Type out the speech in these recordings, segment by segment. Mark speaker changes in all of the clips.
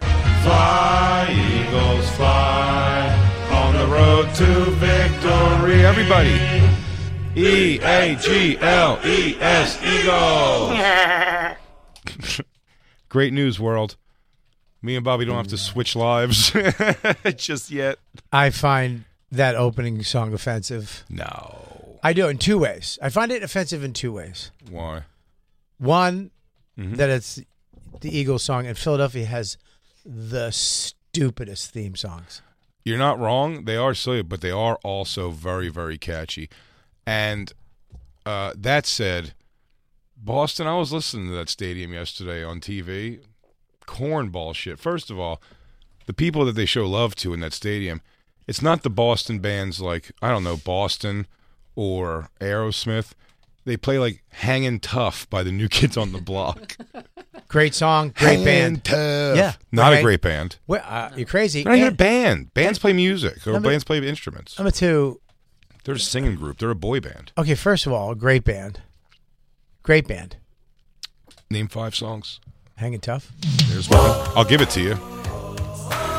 Speaker 1: Fly, Eagles, fly on the road to victory.
Speaker 2: Hey, everybody.
Speaker 1: E A G L E S Eagles.
Speaker 2: Great news, world. Me and Bobby don't have to switch lives just yet.
Speaker 3: I find that opening song offensive.
Speaker 2: No.
Speaker 3: I do in two ways. I find it offensive in two ways.
Speaker 2: Why?
Speaker 3: One, that it's the Eagles song, and Philadelphia has the stupidest theme songs.
Speaker 2: You're not wrong. They are silly, but they are also very, very catchy. And uh, that said, Boston, I was listening to that stadium yesterday on TV. Cornball shit. First of all, the people that they show love to in that stadium, it's not the Boston bands like, I don't know, Boston or Aerosmith. They play like Hangin' Tough by the New Kids on the Block.
Speaker 3: Great song, great
Speaker 2: Hangin'
Speaker 3: band.
Speaker 2: Tough.
Speaker 3: Yeah.
Speaker 2: Not
Speaker 3: Okay.
Speaker 2: a great band.
Speaker 3: Well, uh, you're crazy.
Speaker 2: They're not even a
Speaker 3: And
Speaker 2: band. Bands play music or
Speaker 3: Number-
Speaker 2: bands play instruments.
Speaker 3: Number two,
Speaker 2: They're a singing group. They're a boy band.
Speaker 3: okay, first of all, great band. Great band.
Speaker 2: Name five songs.
Speaker 3: Hanging Tough.
Speaker 2: There's one. I'll give it to you.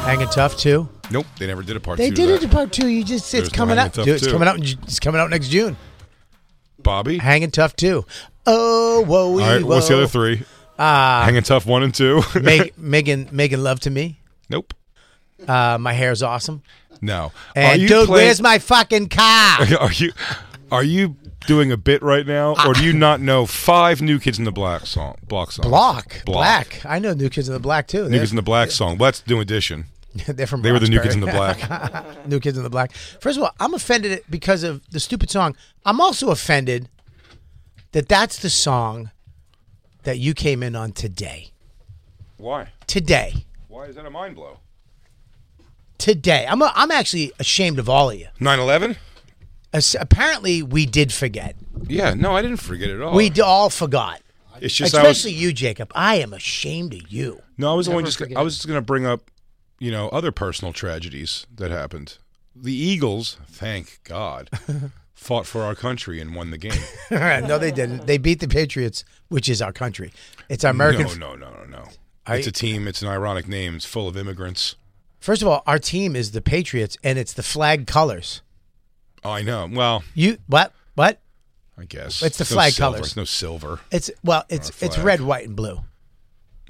Speaker 3: Hanging Tough too.
Speaker 2: Nope, they never did a part
Speaker 3: They
Speaker 2: two.
Speaker 3: did
Speaker 2: to
Speaker 3: it
Speaker 2: that.
Speaker 3: in part two. You just
Speaker 2: There's
Speaker 3: it's
Speaker 2: no
Speaker 3: coming
Speaker 2: Hangin'
Speaker 3: out.
Speaker 2: Tough
Speaker 3: Dude, it's
Speaker 2: two.
Speaker 3: coming out. in Ju- It's coming out next June.
Speaker 2: Bobby.
Speaker 3: Hanging Tough too. Oh, whoa,
Speaker 2: All right, what's the other three?
Speaker 3: Ah.
Speaker 2: Uh, Hanging tough one and two.
Speaker 3: Meg, Megan, Megan, love to me.
Speaker 2: nope.
Speaker 3: Uh, my hair's awesome.
Speaker 2: No.
Speaker 3: And
Speaker 2: are you
Speaker 3: dude,
Speaker 2: playing-
Speaker 3: where's my fucking car?
Speaker 2: Are you are you doing a bit right now, or
Speaker 3: Ah.
Speaker 2: do you not know five New Kids in the Black song block song
Speaker 3: Block, black. I know New Kids in the Black too.
Speaker 2: New
Speaker 3: They're,
Speaker 2: Kids in the Black song? Well, that's New Edition.
Speaker 3: they're from
Speaker 2: They were the New Kids in the
Speaker 3: Roxbury.
Speaker 2: Black.
Speaker 3: New Kids in the Black. First of all, I'm offended because of the stupid song. I'm also offended that that's the song that you came in on today.
Speaker 2: Why?
Speaker 3: Today.
Speaker 2: Why is that a mind blow?
Speaker 3: Today. I'm, a, I'm actually ashamed of all of you.
Speaker 2: 9-11?
Speaker 3: As- apparently, we did forget.
Speaker 2: Yeah. No, I didn't forget it all.
Speaker 3: We d- all forgot.
Speaker 2: It's Oh. just I was
Speaker 3: Especially you, Jacob. I am ashamed of you.
Speaker 2: No, I was only just I was just going to bring up, you know, other personal tragedies that happened. The Eagles, thank God, fought for our country and won the game.
Speaker 3: no, they didn't. They beat the Patriots, which is our country. It's our American.
Speaker 2: No, no, no, no, no. it's a team. It's an ironic name. It's full of immigrants.
Speaker 3: First of all, our team is the Patriots, and it's the flag colors.
Speaker 2: I know. Well,
Speaker 3: You what? What?
Speaker 2: I guess
Speaker 3: It's the
Speaker 2: There's no
Speaker 3: flag
Speaker 2: silver.
Speaker 3: colors.
Speaker 2: It's no silver.
Speaker 3: It's well, it's
Speaker 2: Our
Speaker 3: it's
Speaker 2: flag.
Speaker 3: red, white, and blue.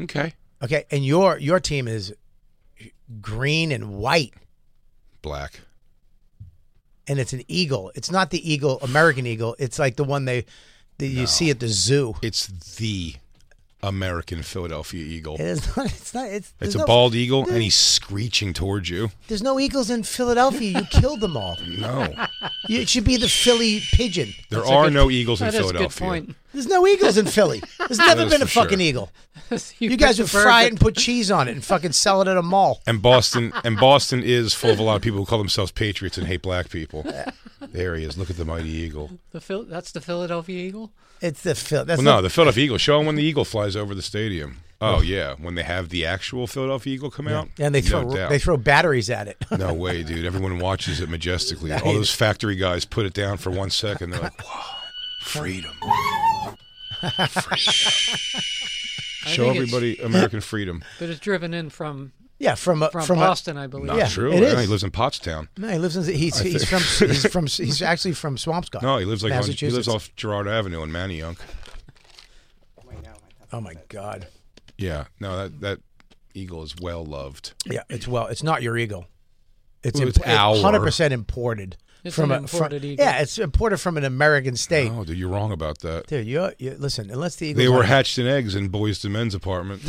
Speaker 2: Okay,
Speaker 3: Okay, and your your team is green and white,
Speaker 2: black.
Speaker 3: and it's an eagle. It's not the eagle, American eagle. It's like the one they that you see at the zoo.
Speaker 2: It's the American Philadelphia Eagle.
Speaker 3: It is not. It's not. It's
Speaker 2: It's
Speaker 3: there's
Speaker 2: a
Speaker 3: no,
Speaker 2: bald eagle, and he's screeching towards you.
Speaker 3: There's no eagles in Philadelphia. You killed them all.
Speaker 2: No,
Speaker 3: You, it should be the Philly pigeon.
Speaker 2: there
Speaker 4: That's a
Speaker 2: are
Speaker 4: good-
Speaker 2: no eagles in
Speaker 4: that is a
Speaker 2: Philadelphia.
Speaker 4: good point.
Speaker 3: There's no eagles in Philly. There's never
Speaker 2: is
Speaker 3: been a
Speaker 2: for sure.
Speaker 3: fucking eagle. You,
Speaker 4: picked
Speaker 3: guys
Speaker 4: the
Speaker 3: would
Speaker 4: bird
Speaker 3: fry
Speaker 4: that-
Speaker 3: it and put cheese on it and fucking sell it at a mall.
Speaker 2: And Boston and Boston is full of a lot of people who call themselves patriots and hate black people. There he is. Look at the mighty eagle.
Speaker 4: The Phil- that's the Philadelphia Eagle.
Speaker 3: It's the Phil. That's
Speaker 2: Well,
Speaker 3: not,
Speaker 2: no, the Philadelphia Eagle. Show him when the eagle flies over the stadium. Oh yeah, when they have the actual Philadelphia Eagle come out,
Speaker 3: And they throw
Speaker 2: no doubt.
Speaker 3: they throw batteries at it.
Speaker 2: No way, dude. Everyone watches it majestically. All those factory guys put it down for one second. They're like, wow, freedom. Freedom. Show
Speaker 4: think it's-
Speaker 2: everybody American freedom.
Speaker 4: But it's driven in from
Speaker 3: yeah, from uh,
Speaker 4: from,
Speaker 3: from a,
Speaker 4: Boston, I believe.
Speaker 2: Not
Speaker 3: Yeah,
Speaker 2: true.
Speaker 3: it
Speaker 2: right?
Speaker 3: is.
Speaker 2: He lives in Pottstown.
Speaker 3: No, he lives in. He's he's from he's from he's actually from Swampscott.
Speaker 2: No, he lives like on, he
Speaker 3: Massachusetts.
Speaker 2: lives off Gerard Avenue in Manayunk.
Speaker 3: Oh my God.
Speaker 2: Yeah. No, that that eagle is well loved.
Speaker 3: Yeah, it's well, it's not your eagle. It's
Speaker 2: Well, it's our.
Speaker 3: hundred percent imported
Speaker 4: It's
Speaker 3: from
Speaker 4: an
Speaker 3: a
Speaker 4: imported
Speaker 3: from,
Speaker 4: eagle.
Speaker 3: Yeah, it's imported from an American state.
Speaker 2: Oh, dude, you're wrong about that.
Speaker 3: Dude, you, you listen. Unless the eagles
Speaker 2: They were
Speaker 3: are-
Speaker 2: hatched in eggs in Boys to Men's apartment.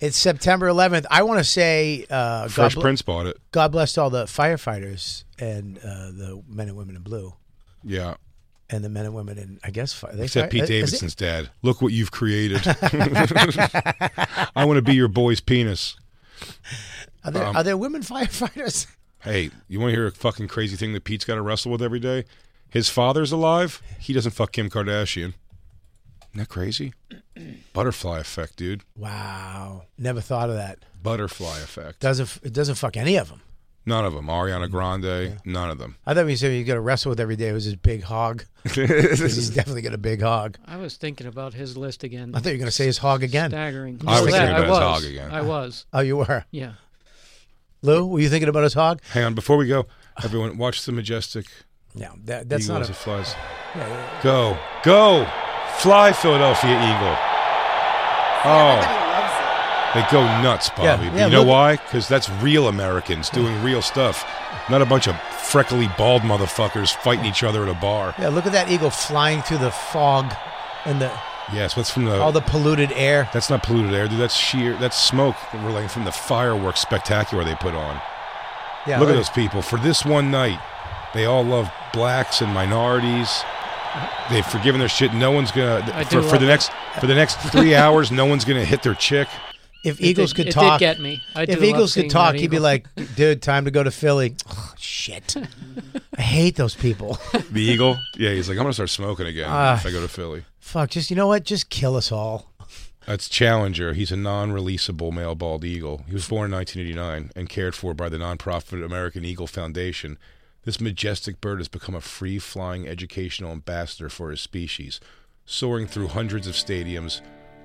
Speaker 3: it's September 11th. I want to say, uh, God,
Speaker 2: Fresh
Speaker 3: bl-
Speaker 2: Prince bought it.
Speaker 3: God bless all the firefighters and uh, the men and women in blue,
Speaker 2: Yeah.
Speaker 3: and the men and women in I guess fire. They fire-
Speaker 2: Except Pete
Speaker 3: is it-
Speaker 2: Davidson's dad. Look what you've created. I want to be your boy's penis.
Speaker 3: Are there,
Speaker 2: Um,
Speaker 3: are there women firefighters?
Speaker 2: Hey, you want to hear a fucking crazy thing that Pete's got to wrestle with every day? His father's alive. He doesn't fuck Kim Kardashian. Isn't that crazy? Butterfly effect, dude.
Speaker 3: Wow, never thought of that.
Speaker 2: Butterfly effect.
Speaker 3: Doesn't it doesn't fuck any of them?
Speaker 2: none of them. Ariana Grande. None of them.
Speaker 3: I thought we said you got to wrestle with every day was his big hog. 'Cause he's definitely got a big hog.
Speaker 4: I was thinking about his list again.
Speaker 3: I thought you were going to say his hog again.
Speaker 4: Staggering.
Speaker 2: I was
Speaker 4: Yeah,
Speaker 2: thinking about his
Speaker 4: was.
Speaker 2: hog again.
Speaker 4: I was.
Speaker 3: Oh, you were.
Speaker 4: Yeah.
Speaker 3: Lou, were you thinking about his hog?
Speaker 2: Hang on, before we go, everyone, watch the majestic
Speaker 3: No, that, that's
Speaker 2: eagle
Speaker 3: not
Speaker 2: as
Speaker 3: a.
Speaker 2: it flies.
Speaker 3: yeah, yeah.
Speaker 2: Go, go, fly, Philadelphia Eagle. Oh, they go nuts, Bobby.
Speaker 3: Yeah,
Speaker 2: But
Speaker 3: yeah,
Speaker 2: you know
Speaker 3: look-
Speaker 2: why? Because that's real Americans doing real stuff, not a bunch of freckly bald motherfuckers fighting each other at a bar.
Speaker 3: Yeah, look at that eagle flying through the fog and the
Speaker 2: Yes, what's from the?
Speaker 4: Oh.
Speaker 3: all the polluted air.
Speaker 2: that's not polluted air, dude. That's sheer. That's smoke relaying from the fireworks spectacular they put on.
Speaker 3: Yeah,
Speaker 2: Look at those people. For this one night, they all love blacks and minorities. They've forgiven their shit. No one's gonna
Speaker 4: I
Speaker 2: for,
Speaker 4: do
Speaker 2: for the
Speaker 4: love
Speaker 2: next for the next three hours. No one's gonna hit their chick.
Speaker 3: If eagles
Speaker 4: did-
Speaker 3: could
Speaker 4: it did
Speaker 3: talk,
Speaker 4: get me. I do
Speaker 3: if
Speaker 4: love
Speaker 3: eagles
Speaker 4: seeing
Speaker 3: could talk,
Speaker 4: that
Speaker 3: he'd be
Speaker 4: eagle.
Speaker 3: like, "Dude, time to go to Philly." Oh, shit, I hate those people.
Speaker 2: The eagle. Yeah, he's like, I'm gonna start smoking again
Speaker 3: Ah.
Speaker 2: if I go to Philly.
Speaker 3: Fuck, just you know what? Just kill us all.
Speaker 2: That's Challenger. He's a non-releasable male bald eagle. He was born in 1989 and cared for by the nonprofit American Eagle Foundation. This majestic bird has become a free-flying educational ambassador for his species, soaring through hundreds of stadiums,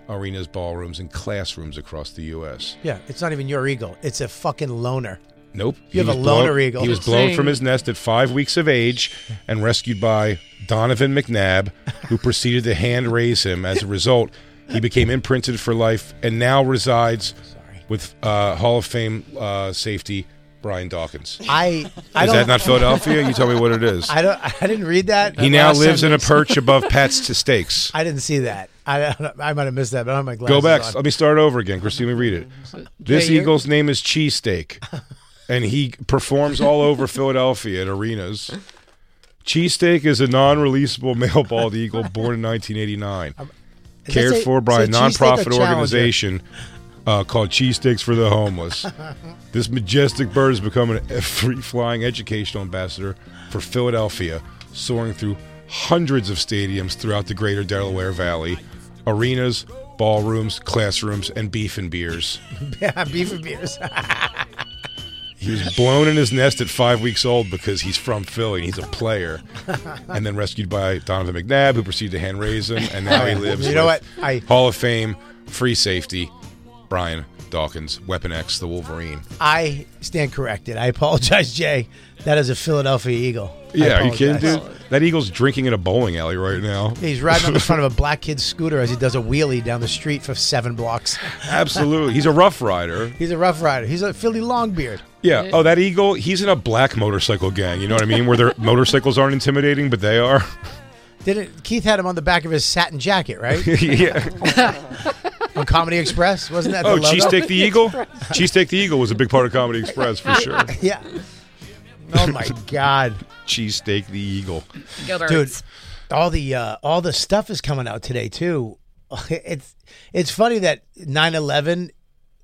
Speaker 2: arenas, ballrooms, and classrooms across the U.S.
Speaker 3: Yeah, it's not even your eagle. It's a fucking loner.
Speaker 2: Nope.
Speaker 3: You
Speaker 2: He
Speaker 3: have a
Speaker 2: was
Speaker 3: loner
Speaker 2: blown-
Speaker 3: eagle.
Speaker 2: He was
Speaker 4: Good
Speaker 2: blown
Speaker 4: thing.
Speaker 2: from his nest at five weeks of age and rescued by Donovan McNabb, who proceeded to hand raise him. As a result, he became imprinted for life and now resides with uh, Hall of Fame uh, safety Brian Dawkins.
Speaker 3: I, I
Speaker 2: Is
Speaker 3: don't,
Speaker 2: that not Philadelphia? You tell me what it is.
Speaker 3: I don't. I didn't read that.
Speaker 2: He now
Speaker 4: last
Speaker 2: lives in a
Speaker 4: sentence.
Speaker 2: perch above Pat's to stakes.
Speaker 3: I didn't see that. I don't- I might have missed that, but I don't have my glasses.
Speaker 2: Go back.
Speaker 3: on.
Speaker 2: Let me start over again. Christine, let me read it. This
Speaker 4: Jay, you're-
Speaker 2: eagle's name is Cheesesteak, and he performs all over Philadelphia at arenas. Cheesesteak is a non-releasable male bald eagle born in 1989,
Speaker 3: Um, Is that
Speaker 2: cared
Speaker 3: say-
Speaker 2: for by a
Speaker 3: say cheesesteak or
Speaker 2: nonprofit
Speaker 3: Challenger?
Speaker 2: organization uh, called Cheesesteaks for the Homeless. this majestic bird has become an a free-flying educational ambassador for Philadelphia, soaring through hundreds of stadiums throughout the greater Delaware Valley, arenas, ballrooms, classrooms, and beef and beers.
Speaker 3: Yeah, beef and beers.
Speaker 2: He was blown in his nest at five weeks old because he's from Philly and he's a player. and then rescued by Donovan McNabb, who proceeded to hand raise him, and now he lives.
Speaker 3: You know
Speaker 2: with
Speaker 3: what? I-
Speaker 2: Hall of Fame free safety Brian Dawkins, Weapon X, the Wolverine.
Speaker 3: I stand corrected. I apologize, Jay. That is a Philadelphia Eagle. I
Speaker 2: Yeah, are you kidding,
Speaker 3: apologize.
Speaker 2: dude? That eagle's drinking in a bowling alley right now.
Speaker 3: He's riding on the front of a black kid's scooter as he does a wheelie down the street for seven blocks.
Speaker 2: Absolutely, he's a rough rider.
Speaker 3: He's a rough rider. He's a Philly Longbeard.
Speaker 2: Yeah. Oh, that eagle. He's in a black motorcycle gang. You know what I mean? Where their motorcycles aren't intimidating, but they are.
Speaker 3: Didn't Keith had him on the back of his satin jacket, right?
Speaker 2: yeah.
Speaker 3: on Comedy Express, wasn't that?
Speaker 2: Oh,
Speaker 3: the logo?
Speaker 2: Cheesesteak the Eagle? Cheesesteak the Eagle was a big part of Comedy Express for sure.
Speaker 3: Yeah. Oh my God,
Speaker 2: Cheesesteak the Eagle.
Speaker 3: dude! All the uh, all the stuff is coming out today too. It's it's funny that 9/11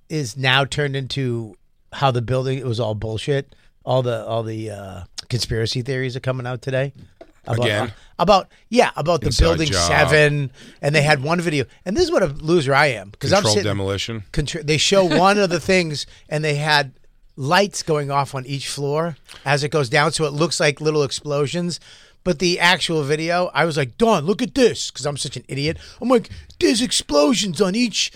Speaker 3: is now turned into how the building it was all bullshit. All the all the uh, conspiracy theories are coming out today. about,
Speaker 2: Again?
Speaker 3: about yeah about the
Speaker 2: Inside
Speaker 3: building
Speaker 2: job.
Speaker 3: seven, and they had one video. And this is what a loser I am because I'm
Speaker 2: Controlled
Speaker 3: sitting.
Speaker 2: demolition.
Speaker 3: contr- they show one of the things, and they had lights going off on each floor as it goes down, so it looks like little explosions. But the actual video, I was like, Don, look at this, because I'm such an idiot. I'm like, there's explosions on each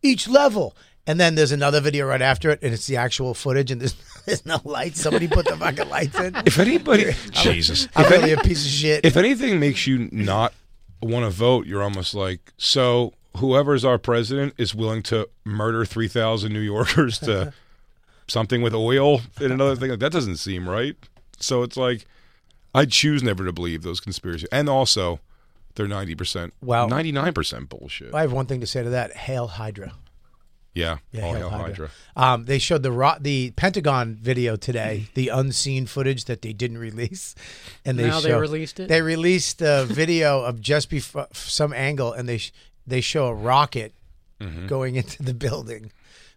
Speaker 3: each level. And then there's another video right after it, and it's the actual footage, and there's, there's no lights. Somebody put the fucking lights in.
Speaker 2: If anybody, Jesus,
Speaker 3: I'm
Speaker 2: if, any-
Speaker 3: really a piece of shit.
Speaker 2: if anything makes you not want to vote, you're almost like so. Whoever's our president is willing to murder three thousand New Yorkers to something with oil and another thing. Like, that doesn't seem right. So it's like I choose never to believe those conspiracies, and also they're ninety percent,
Speaker 3: Wow.
Speaker 2: ninety nine percent bullshit.
Speaker 3: I have one thing to say to that. Hail Hydra.
Speaker 2: yeah, all hail Hydra.
Speaker 3: Um, they showed the ro- the Pentagon video today,
Speaker 2: Mm-hmm.
Speaker 3: the unseen footage that they didn't release, and they
Speaker 4: Now they
Speaker 3: show-
Speaker 4: released it?
Speaker 3: They released the video of just before some angle, and they sh- they show a rocket
Speaker 2: Mm-hmm.
Speaker 3: going into the building,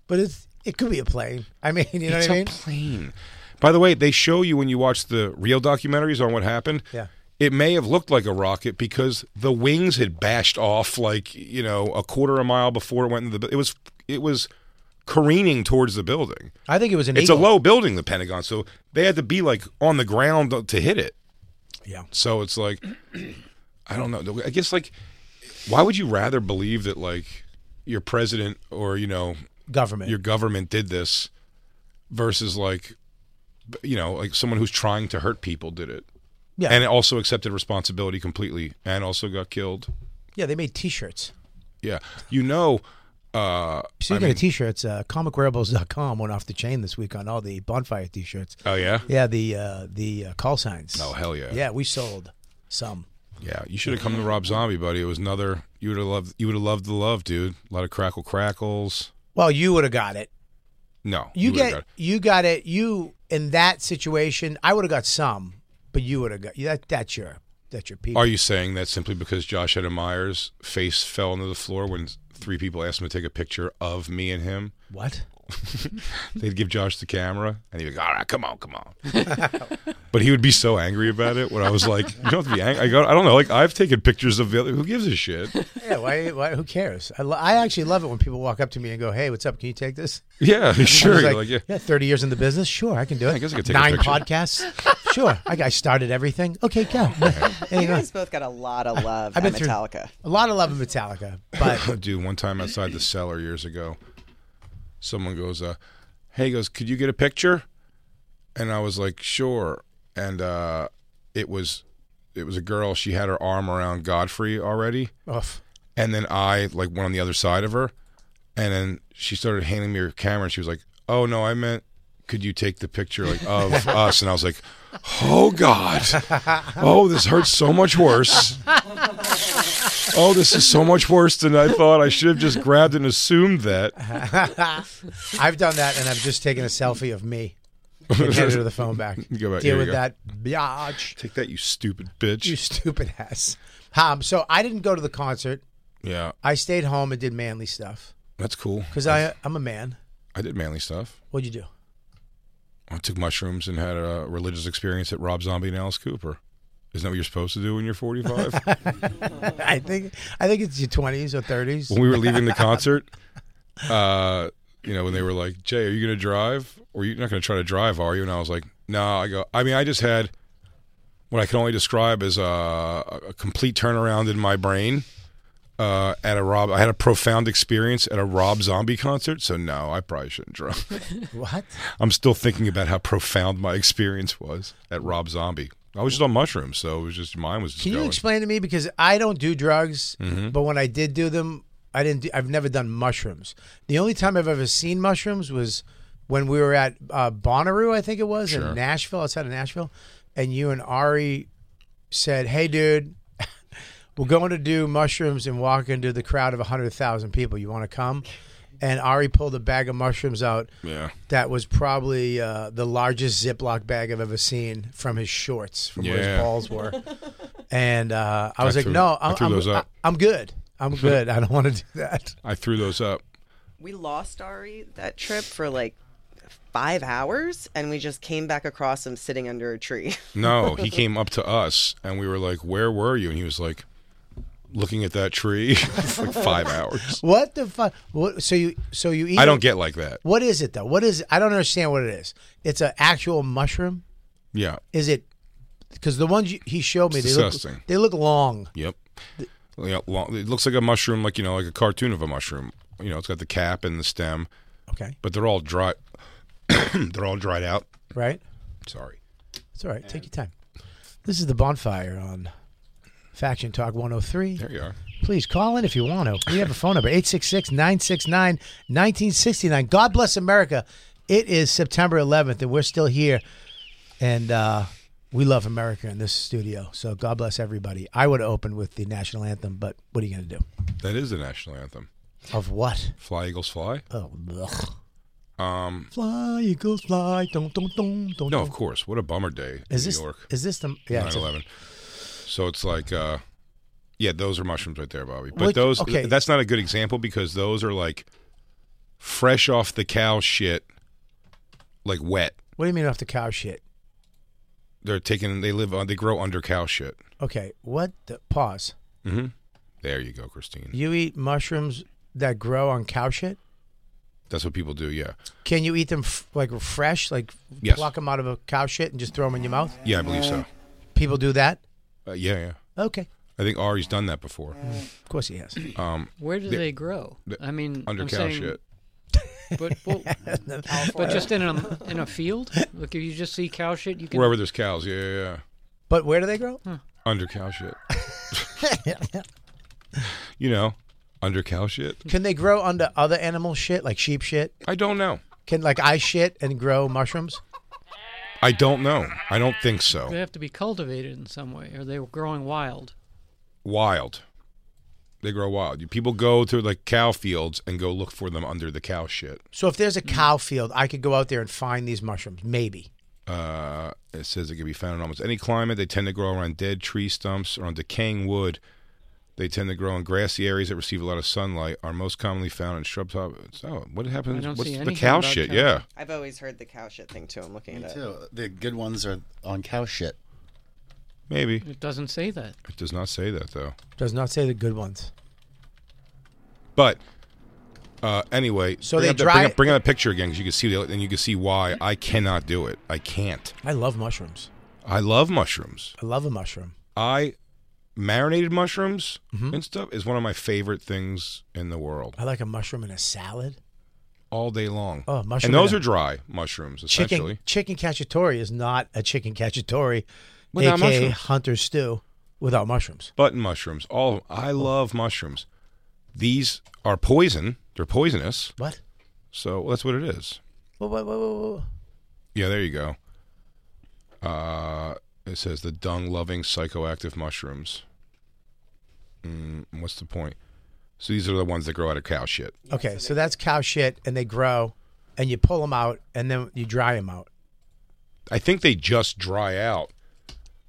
Speaker 3: but it's it could be a plane. I mean, you know
Speaker 2: it's
Speaker 3: what I mean?
Speaker 2: a plane. By the way, they show you when you watch the real documentaries on what happened.
Speaker 3: Yeah.
Speaker 2: It may have looked like a rocket because the wings had bashed off like, you know, a quarter a mile before it went into the bu- it was it was careening towards the building.
Speaker 3: I think it was an
Speaker 2: It's a
Speaker 3: eagle.
Speaker 2: low building, the Pentagon, so they had to be like on the ground to hit it.
Speaker 3: Yeah.
Speaker 2: So it's like I don't know. I guess like why would you rather believe that like your president or, you know,
Speaker 3: government.
Speaker 2: your government did this versus like b- you know like someone who's trying to hurt people did it
Speaker 3: yeah,
Speaker 2: and also accepted responsibility completely and also got killed
Speaker 3: yeah. They made T-shirts.
Speaker 2: yeah you know uh
Speaker 3: Speaking of T-shirts, uh, comicrebels.com went off the chain this week on all the bonfire T-shirts.
Speaker 2: oh yeah
Speaker 3: Yeah, the uh, the uh, call signs.
Speaker 2: oh hell yeah
Speaker 3: Yeah, we sold some.
Speaker 2: yeah you should have come to rob zombie buddy it was another you would have loved you would have loved the love dude a lot of crackle crackles
Speaker 3: Well, you would have got it.
Speaker 2: no
Speaker 3: You,
Speaker 2: would have
Speaker 3: get
Speaker 2: got it.
Speaker 3: you got it. You in that situation, I would have got some, but you would have got that. That's your that's your people.
Speaker 2: are you saying that simply because josh Adam Meyer's face fell onto the floor when three people asked him to take a picture of me and him
Speaker 3: what?
Speaker 2: They'd give Josh the camera, and he'd be like, "All right, come on, come on." but he would be so angry about it when I was like, "You don't have to be angry." I go, "I don't know." Like I've taken pictures of the other. Who gives a shit?
Speaker 3: Yeah. Why? why who cares? I, lo- I actually love it when people walk up to me and go, "Hey, what's up? Can you take this?"
Speaker 2: Yeah,
Speaker 3: I
Speaker 2: sure.
Speaker 3: was
Speaker 2: You're Like, yeah.
Speaker 3: Thirty years in the business. Sure, I can do it.
Speaker 2: I guess I could take a
Speaker 3: Nine
Speaker 2: picture.
Speaker 3: podcasts. sure, I, I started everything. Okay, go. There you
Speaker 5: You
Speaker 3: go.
Speaker 5: guys both got a lot of love
Speaker 3: I've
Speaker 5: at
Speaker 3: been through-
Speaker 5: Metallica.
Speaker 3: A lot of love in Metallica, but
Speaker 2: Dude, one time outside the cellar years ago, someone goes, uh, "Hey, goes, could you get a picture?" And I was like, "Sure." And uh, it was, it was a girl. She had her arm around Godfrey already.
Speaker 3: oof.
Speaker 2: and then I like went on the other side of her, and then she started handing me her camera, and she was like, "Oh no, I meant." Could you take the picture like of us? And I was like, "Oh God! Oh, this hurts so much worse. Oh, this is so much worse than I thought. I should have just grabbed and assumed that."
Speaker 3: I've done that, and I've just taken a selfie of me. And handed her the phone back.
Speaker 2: Go
Speaker 3: Deal
Speaker 2: back, here you
Speaker 3: with
Speaker 2: go.
Speaker 3: that, biatch.
Speaker 2: Take that, you stupid
Speaker 3: You
Speaker 2: bitch.
Speaker 3: stupid ass. Um, so I didn't go to the concert.
Speaker 2: Yeah,
Speaker 3: I stayed home and did manly stuff
Speaker 2: that's cool.
Speaker 3: because I I'm a man.
Speaker 2: I did manly stuff.
Speaker 3: What'd you do?
Speaker 2: I took mushrooms and had a religious experience at Rob Zombie and Alice Cooper. Isn't that what you're supposed to do when you're 45?
Speaker 3: I think I think it's your twenties or thirties.
Speaker 2: when we were leaving the concert, uh, you know, when they were like, "Jay, are you going to drive? Or you're not going to try to drive, are you?" And I was like, "No." I go, I mean, I just had what I can only describe as a, a complete turnaround in my brain. Uh, at a Rob, I had a profound experience at a Rob Zombie concert. So no, I probably shouldn't drive.
Speaker 3: What?
Speaker 2: I'm still thinking about how profound my experience was at Rob Zombie. I was just on mushrooms, so it was just mine was just
Speaker 3: Can you
Speaker 2: going. Mm-hmm.
Speaker 3: explain to me because I don't do drugs, but when I did do them, I didn't. Do, I've never done mushrooms. The only time I've ever seen mushrooms was when we were at uh, Bonnaroo, I think it was in Nashville, outside of Nashville, and you and Ari said, "Hey, dude." We're going to do mushrooms and walk into the crowd of 100,000 people. You want to come? And Ari pulled a bag of mushrooms out
Speaker 2: yeah,
Speaker 3: that was probably uh, the largest Ziploc bag I've ever seen from his shorts, from where his
Speaker 2: Yeah.
Speaker 3: balls were. And uh, I was like,
Speaker 2: threw-
Speaker 3: no,
Speaker 2: I
Speaker 3: I'm,
Speaker 2: threw
Speaker 3: I'm,
Speaker 2: those up.
Speaker 3: I- I'm good. I'm good. I don't want to do that.
Speaker 2: I threw those up.
Speaker 5: We lost Ari that trip for like five hours, and we just came back across him sitting under a tree.
Speaker 2: No, he came up to us and we were like, Where were you? And he was like, Looking at that tree for like five hours.
Speaker 3: What the fuck? What? So you so you eat?
Speaker 2: I
Speaker 3: it-
Speaker 2: don't get like that.
Speaker 3: What is it though? What is? I don't understand what it is. It's an actual mushroom.
Speaker 2: Yeah.
Speaker 3: Is it? Because the ones you, he showed me,
Speaker 2: It's
Speaker 3: they look,
Speaker 2: disgusting.
Speaker 3: they look long.
Speaker 2: Yep. Yeah, long- it looks like a mushroom, like, you know, like a cartoon of a mushroom. You know, it's got the cap and the stem,
Speaker 3: Okay,
Speaker 2: but they're all dry. they're all dried out.
Speaker 3: right?
Speaker 2: Sorry.
Speaker 3: It's all right. Take your time. This is the bonfire on Faction Talk 103.
Speaker 2: There you are.
Speaker 3: Please call in if you want to. We have a phone number 866 969 1969. God bless America. It is September 11th, and we're still here. And uh, we love America in this studio. So God bless everybody. I would open with the national anthem, but what are you going to do?
Speaker 2: That is the national anthem.
Speaker 3: Of what?
Speaker 2: Fly, Eagles, fly.
Speaker 3: Oh, ugh.
Speaker 2: Um,
Speaker 3: Fly, eagles, fly. Don't, don't, don't, don't.
Speaker 2: no, of course. What a bummer day in
Speaker 3: Oh, Is this,
Speaker 2: New York.
Speaker 3: is this the. Yeah,
Speaker 2: Nine
Speaker 3: it's a-
Speaker 2: eleven. So it's like, uh, yeah, those are mushrooms right there, Bobby. But
Speaker 3: Which-
Speaker 2: those,
Speaker 3: okay.
Speaker 2: that's not a good example because those are like fresh off the cow shit, like wet.
Speaker 3: what do you mean off the cow shit?
Speaker 2: They're taking, they live on, they grow under cow shit.
Speaker 3: Okay, what the. Pause.
Speaker 2: Mm-hmm. There you go, Christine.
Speaker 3: You eat mushrooms that grow on cow shit?
Speaker 2: That's what people do. Yeah,
Speaker 3: Can you eat them f- like fresh, like
Speaker 2: Yes.
Speaker 3: pluck them out of a cow shit and just throw them in your mouth?
Speaker 2: yeah, I believe so.
Speaker 3: People do that.
Speaker 2: Uh, yeah, yeah.
Speaker 3: Okay,
Speaker 2: I think Ari's done that before.
Speaker 3: of course he has.
Speaker 2: Um,
Speaker 4: Where do
Speaker 2: The-
Speaker 4: they grow?
Speaker 2: the-
Speaker 4: I mean,
Speaker 2: under
Speaker 4: I'm
Speaker 2: cow
Speaker 4: saying,
Speaker 2: shit.
Speaker 4: But, well, but just in a in a field. Look, if you just see cow shit, you can.
Speaker 2: Wherever there's cows. Yeah, yeah, yeah.
Speaker 3: But where do they grow?
Speaker 2: Under cow shit. you know, under cow shit.
Speaker 3: Can they grow under other animal shit, like sheep shit?
Speaker 2: I don't know.
Speaker 3: Can like I shit and grow mushrooms?
Speaker 2: I don't know. I don't think so.
Speaker 4: They have to be cultivated in some way, or they were growing wild.
Speaker 2: wild. They grow wild. You- People go to like cow fields and go look for them under the cow shit.
Speaker 3: So if there's a cow field, I could go out there and find these mushrooms, maybe.
Speaker 2: Uh, it says it can be found in almost any climate. They tend to grow around dead tree stumps or on decaying wood. They tend to grow in grassy areas that receive a lot of sunlight. Are most commonly found in shrub top. Oh, what happens?
Speaker 4: I don't
Speaker 2: What's
Speaker 4: see
Speaker 2: the
Speaker 4: anything
Speaker 2: cow
Speaker 4: about
Speaker 2: shit?
Speaker 4: cow
Speaker 2: Yeah,
Speaker 5: I've always heard the cow shit thing too. I'm looking
Speaker 1: Me
Speaker 5: at it.
Speaker 1: too. The good ones are on cow shit.
Speaker 2: maybe.
Speaker 4: It doesn't say that.
Speaker 2: It does not say that though.
Speaker 3: Does not say the good ones.
Speaker 2: But uh, anyway,
Speaker 3: So
Speaker 2: bring
Speaker 3: they
Speaker 2: up that- bring
Speaker 3: dry-
Speaker 2: up, bring up that picture again because you can see the and you can see why I cannot do it. I can't.
Speaker 3: I love mushrooms.
Speaker 2: I love mushrooms.
Speaker 3: I love a mushroom.
Speaker 2: I marinated mushrooms
Speaker 3: Mm-hmm.
Speaker 2: and stuff is one of my favorite things in the world
Speaker 3: I like a mushroom in a salad.
Speaker 2: all day long.
Speaker 3: Oh, mushroom
Speaker 2: and those
Speaker 3: in a-
Speaker 2: are dry mushrooms essentially.
Speaker 3: Chicken chicken cacciatore is not a chicken cacciatore,
Speaker 2: Without
Speaker 3: aka
Speaker 2: mushrooms.
Speaker 3: hunter stew, without mushrooms.
Speaker 2: Button mushrooms, all of 'em.
Speaker 3: Oh.
Speaker 2: I love mushrooms. These are poison. They're poisonous.
Speaker 3: What?
Speaker 2: So that's what it is.
Speaker 3: Whoa, whoa, whoa, whoa, whoa.
Speaker 2: Yeah, there you go. Uh, it says the dung loving psychoactive mushrooms. Mm, what's the point? So these are the ones that grow out of cow shit.
Speaker 3: Okay, so that's cow shit, and they grow, and you pull them out, and then you dry them out.
Speaker 2: I think they just dry out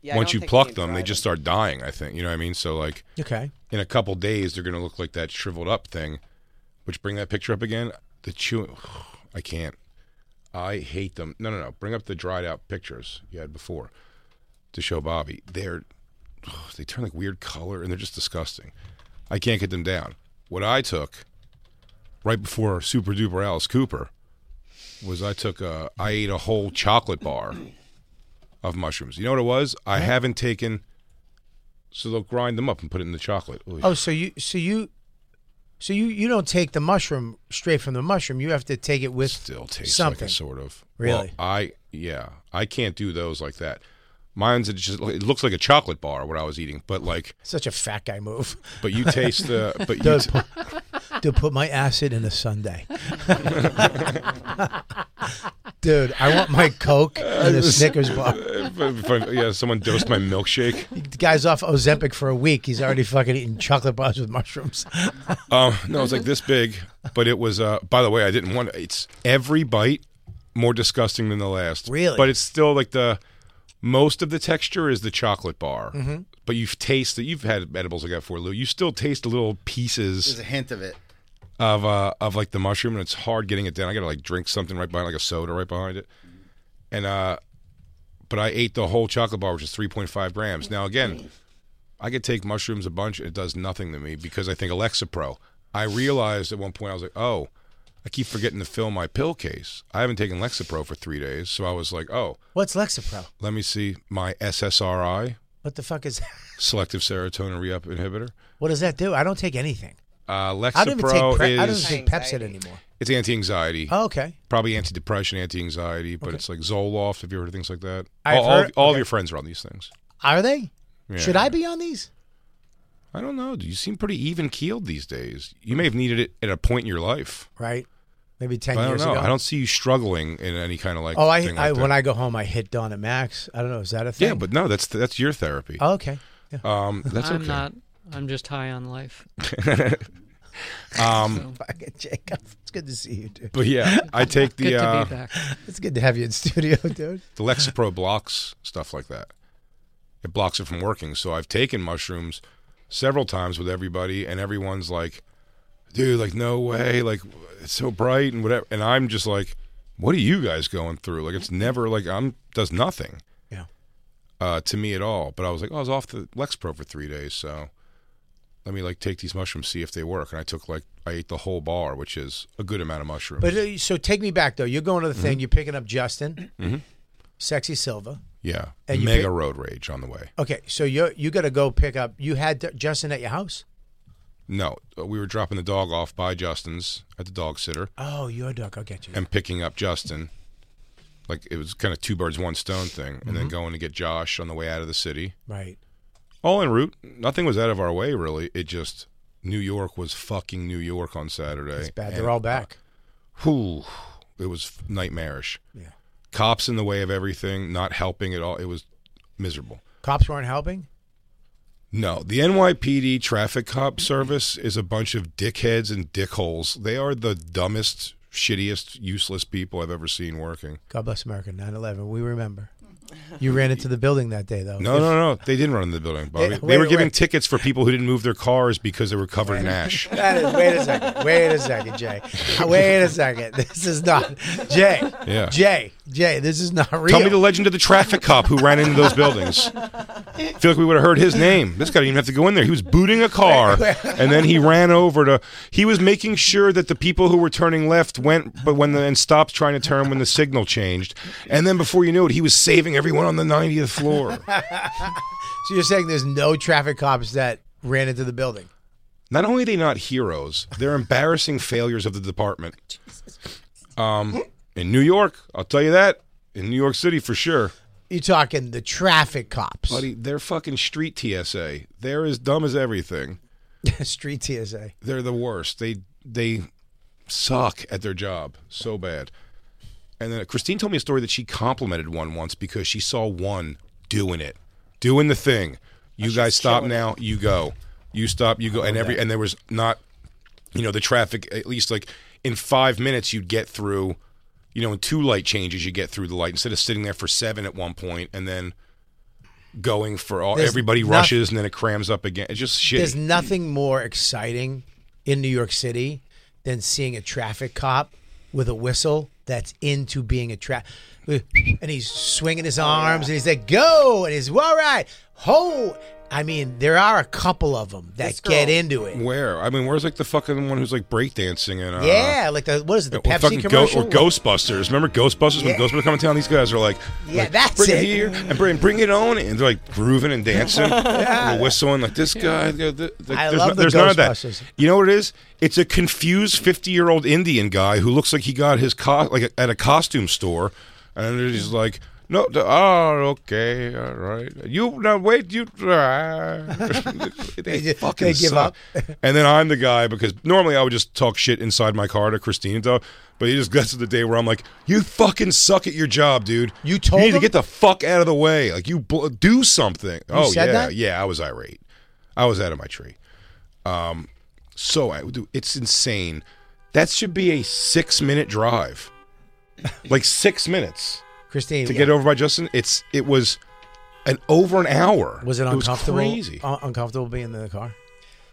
Speaker 5: Yeah, I
Speaker 2: once
Speaker 5: don't
Speaker 2: you
Speaker 5: think
Speaker 2: pluck
Speaker 5: can
Speaker 2: them,
Speaker 5: dry
Speaker 2: they just start dying. I think you know what I mean. So like
Speaker 3: Okay,
Speaker 2: in a couple days, they're gonna look like that shriveled up thing. Which bring that picture up again. The chew, I can't. I hate them. No, no, no. Bring up the dried out pictures you had before to show Bobby. They're they turn like weird color and they're just disgusting. I can't get them down. What I took right before Super Duper Alice Cooper was I took a I ate a whole chocolate bar of mushrooms. You know what it was? I haven't taken. So they'll grind them up and put it in the chocolate. Ooh.
Speaker 3: Oh, so you, so you, so you, you don't take the mushroom straight from the mushroom. You have to take it with
Speaker 2: still tastes
Speaker 3: something.
Speaker 2: like a sort of
Speaker 3: Really?
Speaker 2: Well, I yeah, I can't do those like that. Mine's it just it looks like a chocolate bar what I was eating, but like
Speaker 3: Such a fat guy move.
Speaker 2: but you taste the but you
Speaker 3: Dude,
Speaker 2: t-
Speaker 3: put, dude, put my acid in a sundae. dude, I want my Coke and a Snickers bar.
Speaker 2: if- if I- yeah someone dosed my milkshake.
Speaker 3: The guy's off Ozempic for a week. He's already fucking eating chocolate bars with mushrooms.
Speaker 2: Um, no, it's like this big, but it was. Uh, by the way, I didn't want. It's every bite more disgusting than the last.
Speaker 3: Really?
Speaker 2: but it's still like the most of the texture is the chocolate bar.
Speaker 3: Mm-hmm.
Speaker 2: But you've tasted. You've had edibles like that for Lou. You still taste the little pieces.
Speaker 1: There's a hint of it.
Speaker 2: of uh of like the mushroom, and it's hard getting it down. I gotta like drink something right behind, like a soda right behind it, and uh, but I ate the whole chocolate bar, which is three point five grams. Now again, I could take mushrooms a bunch; it does nothing to me because I think Lexapro. I realized at one point I was like, oh, I keep forgetting to fill my pill case. I haven't taken Lexapro for three days, so I was like, oh,
Speaker 3: What's Lexapro?
Speaker 2: let me see my SSRI,
Speaker 3: What the fuck is?
Speaker 2: selective serotonin re-up inhibitor.
Speaker 3: What does that do? I don't take anything.
Speaker 2: Uh,
Speaker 3: I don't even take.
Speaker 2: Lexapro
Speaker 3: Pre-
Speaker 2: is
Speaker 3: I don't even take Pepsid anymore.
Speaker 2: it's anti-anxiety,
Speaker 3: Oh, okay.
Speaker 2: probably anti-depression, anti-anxiety, but it's like Zoloft. Have you heard of things like that?
Speaker 3: I've
Speaker 2: all all,
Speaker 3: heard-
Speaker 2: all of
Speaker 3: okay.
Speaker 2: your friends are on these things.
Speaker 3: Are they?
Speaker 2: Yeah.
Speaker 3: Should I be on these?
Speaker 2: I don't know. You seem pretty even keeled these days. You may have needed it at a point in your life.
Speaker 3: Right. Maybe ten
Speaker 2: But I don't
Speaker 3: years
Speaker 2: know.
Speaker 3: ago.
Speaker 2: I don't see you struggling in any kind of like.
Speaker 3: Oh, I,
Speaker 2: thing
Speaker 3: I
Speaker 2: like
Speaker 3: when
Speaker 2: that.
Speaker 3: I go home, I hit Dawn and Max. I don't know. Is that a thing?
Speaker 2: yeah, but no, that's that's your therapy.
Speaker 3: oh, okay. Yeah.
Speaker 2: Um, that's
Speaker 4: I'm
Speaker 2: okay.
Speaker 4: not. I'm just high on life.
Speaker 3: Fucking Jacob, it's good to see you, dude.
Speaker 2: But yeah, I take
Speaker 4: Good
Speaker 2: the uh,
Speaker 4: to be back.
Speaker 3: It's good to have you in studio, dude.
Speaker 2: the Lexapro blocks stuff like that. It blocks it from working. So I've taken mushrooms several times with everybody, and everyone's like, "Dude, like no way, like it's so bright and whatever." And I'm just like, "What are you guys going through? Like it's never like I'm does nothing
Speaker 3: Yeah.
Speaker 2: uh, to me at all." But I was like, oh, "I was off the Lexapro for three days, so let me like take these mushrooms, see if they work." And I took like I ate the whole bar, which is a good amount of mushrooms.
Speaker 3: But uh, so take me back though. You're going to the
Speaker 2: Mm-hmm.
Speaker 3: thing. You're picking up Justin, sexy Silva.
Speaker 2: yeah,
Speaker 3: And you
Speaker 2: mega
Speaker 3: pick-
Speaker 2: road rage on the way.
Speaker 3: Okay, so you you got to go pick up. You had Justin at your house.
Speaker 2: No, uh, we were dropping the dog off by Justin's at the dog sitter
Speaker 3: Oh, your dog. I'll get you.
Speaker 2: and picking up Justin. Like it was kind of two birds, one stone thing, and
Speaker 3: Mm-hmm.
Speaker 2: then going to get Josh on the way out of the city.
Speaker 3: right.
Speaker 2: All en route, nothing was out of our way really. It just New York was fucking New York on Saturday.
Speaker 3: It's bad.
Speaker 2: and,
Speaker 3: They're all back.
Speaker 2: Whew, it was nightmarish.
Speaker 3: Yeah.
Speaker 2: Cops in the way of everything, not helping at all. It was miserable.
Speaker 3: Cops weren't helping.
Speaker 2: No, the NYPD traffic cop service is a bunch of dickheads and dickholes. They are the dumbest, shittiest, useless people I've ever seen working.
Speaker 3: God bless America. 9/11. We remember. You ran into the building that day though.
Speaker 2: No, no, no. They didn't run into the building, Bobby.
Speaker 3: Hey,
Speaker 2: They,
Speaker 3: wait,
Speaker 2: were giving
Speaker 3: wait.
Speaker 2: tickets for people who didn't move their cars because they were covered in ash.
Speaker 3: That is, wait a second. Wait a second, Jay. Wait a second. This is not Jay.
Speaker 2: Yeah.
Speaker 3: Jay. Jay. This is not real.
Speaker 2: Tell me the legend of the traffic cop who ran into those buildings. I feel like we would have heard his name. This guy didn't even have to go in there. He was booting a car, and then he ran over to. He was making sure that the people who were turning left went, but when the and stopped trying to turn when the signal changed, and then before you knew it, he was saving everyone on the 90th floor.
Speaker 3: so you're saying there's no traffic cops that ran into the building?
Speaker 2: Not only are they not heroes, they're embarrassing failures of the department. Um, in New York, I'll tell you that. In New York City, for sure.
Speaker 3: You're talking the traffic cops.
Speaker 2: Buddy, they're fucking street TSA. They're as dumb as everything.
Speaker 3: Street TSA.
Speaker 2: They're the worst. They they suck at their job so bad. And then Christine told me a story that she complimented one once because she saw one doing it, doing the thing.
Speaker 3: Oh,
Speaker 2: You guys stop now. You go. You stop. You go. And every and there was not, you know, the traffic. At least like in five minutes, you'd get through. You know, in two light changes, you get through the light instead of sitting there for seven at one point and then going for all.
Speaker 3: There's
Speaker 2: everybody
Speaker 3: noth-
Speaker 2: rushes and then it crams up again. It's just shit.
Speaker 3: There's nothing more exciting in New York City than seeing a traffic cop with a whistle that's into being a traffic. And he's swinging his arms and he's like, go. And he's, all right, ho. I mean, there are a couple of them that
Speaker 5: This girl.
Speaker 3: get into it.
Speaker 2: Where? I mean, where's like the fucking one who's like breakdancing and uh,
Speaker 3: Yeah, like the, what is it, the
Speaker 2: or fucking
Speaker 3: Pepsi
Speaker 2: Go-
Speaker 3: commercial?
Speaker 2: or Ghostbusters. Remember Ghostbusters when
Speaker 3: Yeah.
Speaker 2: Ghostbusters come in town? These guys are like,
Speaker 3: Yeah,
Speaker 2: like,
Speaker 3: that's
Speaker 2: bring
Speaker 3: it.
Speaker 2: here and bring bring it on, and they're like grooving and dancing, and whistling like this guy. the- the- the-
Speaker 3: I
Speaker 2: there's
Speaker 3: love
Speaker 2: no-
Speaker 3: the
Speaker 2: there's none of that.
Speaker 3: Ghostbusters.
Speaker 2: You know what it is? It's a confused fifty year old Indian guy who looks like he got his co- like at a costume store, and he's like. No, the, oh, okay, all right. You now wait, you try. they,
Speaker 3: They
Speaker 2: fucking
Speaker 3: give
Speaker 2: suck.
Speaker 3: up.
Speaker 2: And then I'm the guy because normally I would just talk shit inside my car to Christine, though. But it just gets to the day where I'm like, "You fucking suck at your job, dude.
Speaker 3: You told
Speaker 2: you need
Speaker 3: him?
Speaker 2: to get the fuck out of the way. Like you bl- do something." oh
Speaker 3: said
Speaker 2: yeah,
Speaker 3: that?
Speaker 2: yeah. I was irate. I was out of my tree. Um, so I dude, it's insane. That should be a six minute drive, like six minutes
Speaker 3: Christine,
Speaker 2: to get over by Justin. It's it was an over an hour.
Speaker 3: was it uncomfortable? Um,
Speaker 2: It was crazy.
Speaker 3: un- uncomfortable being in the car?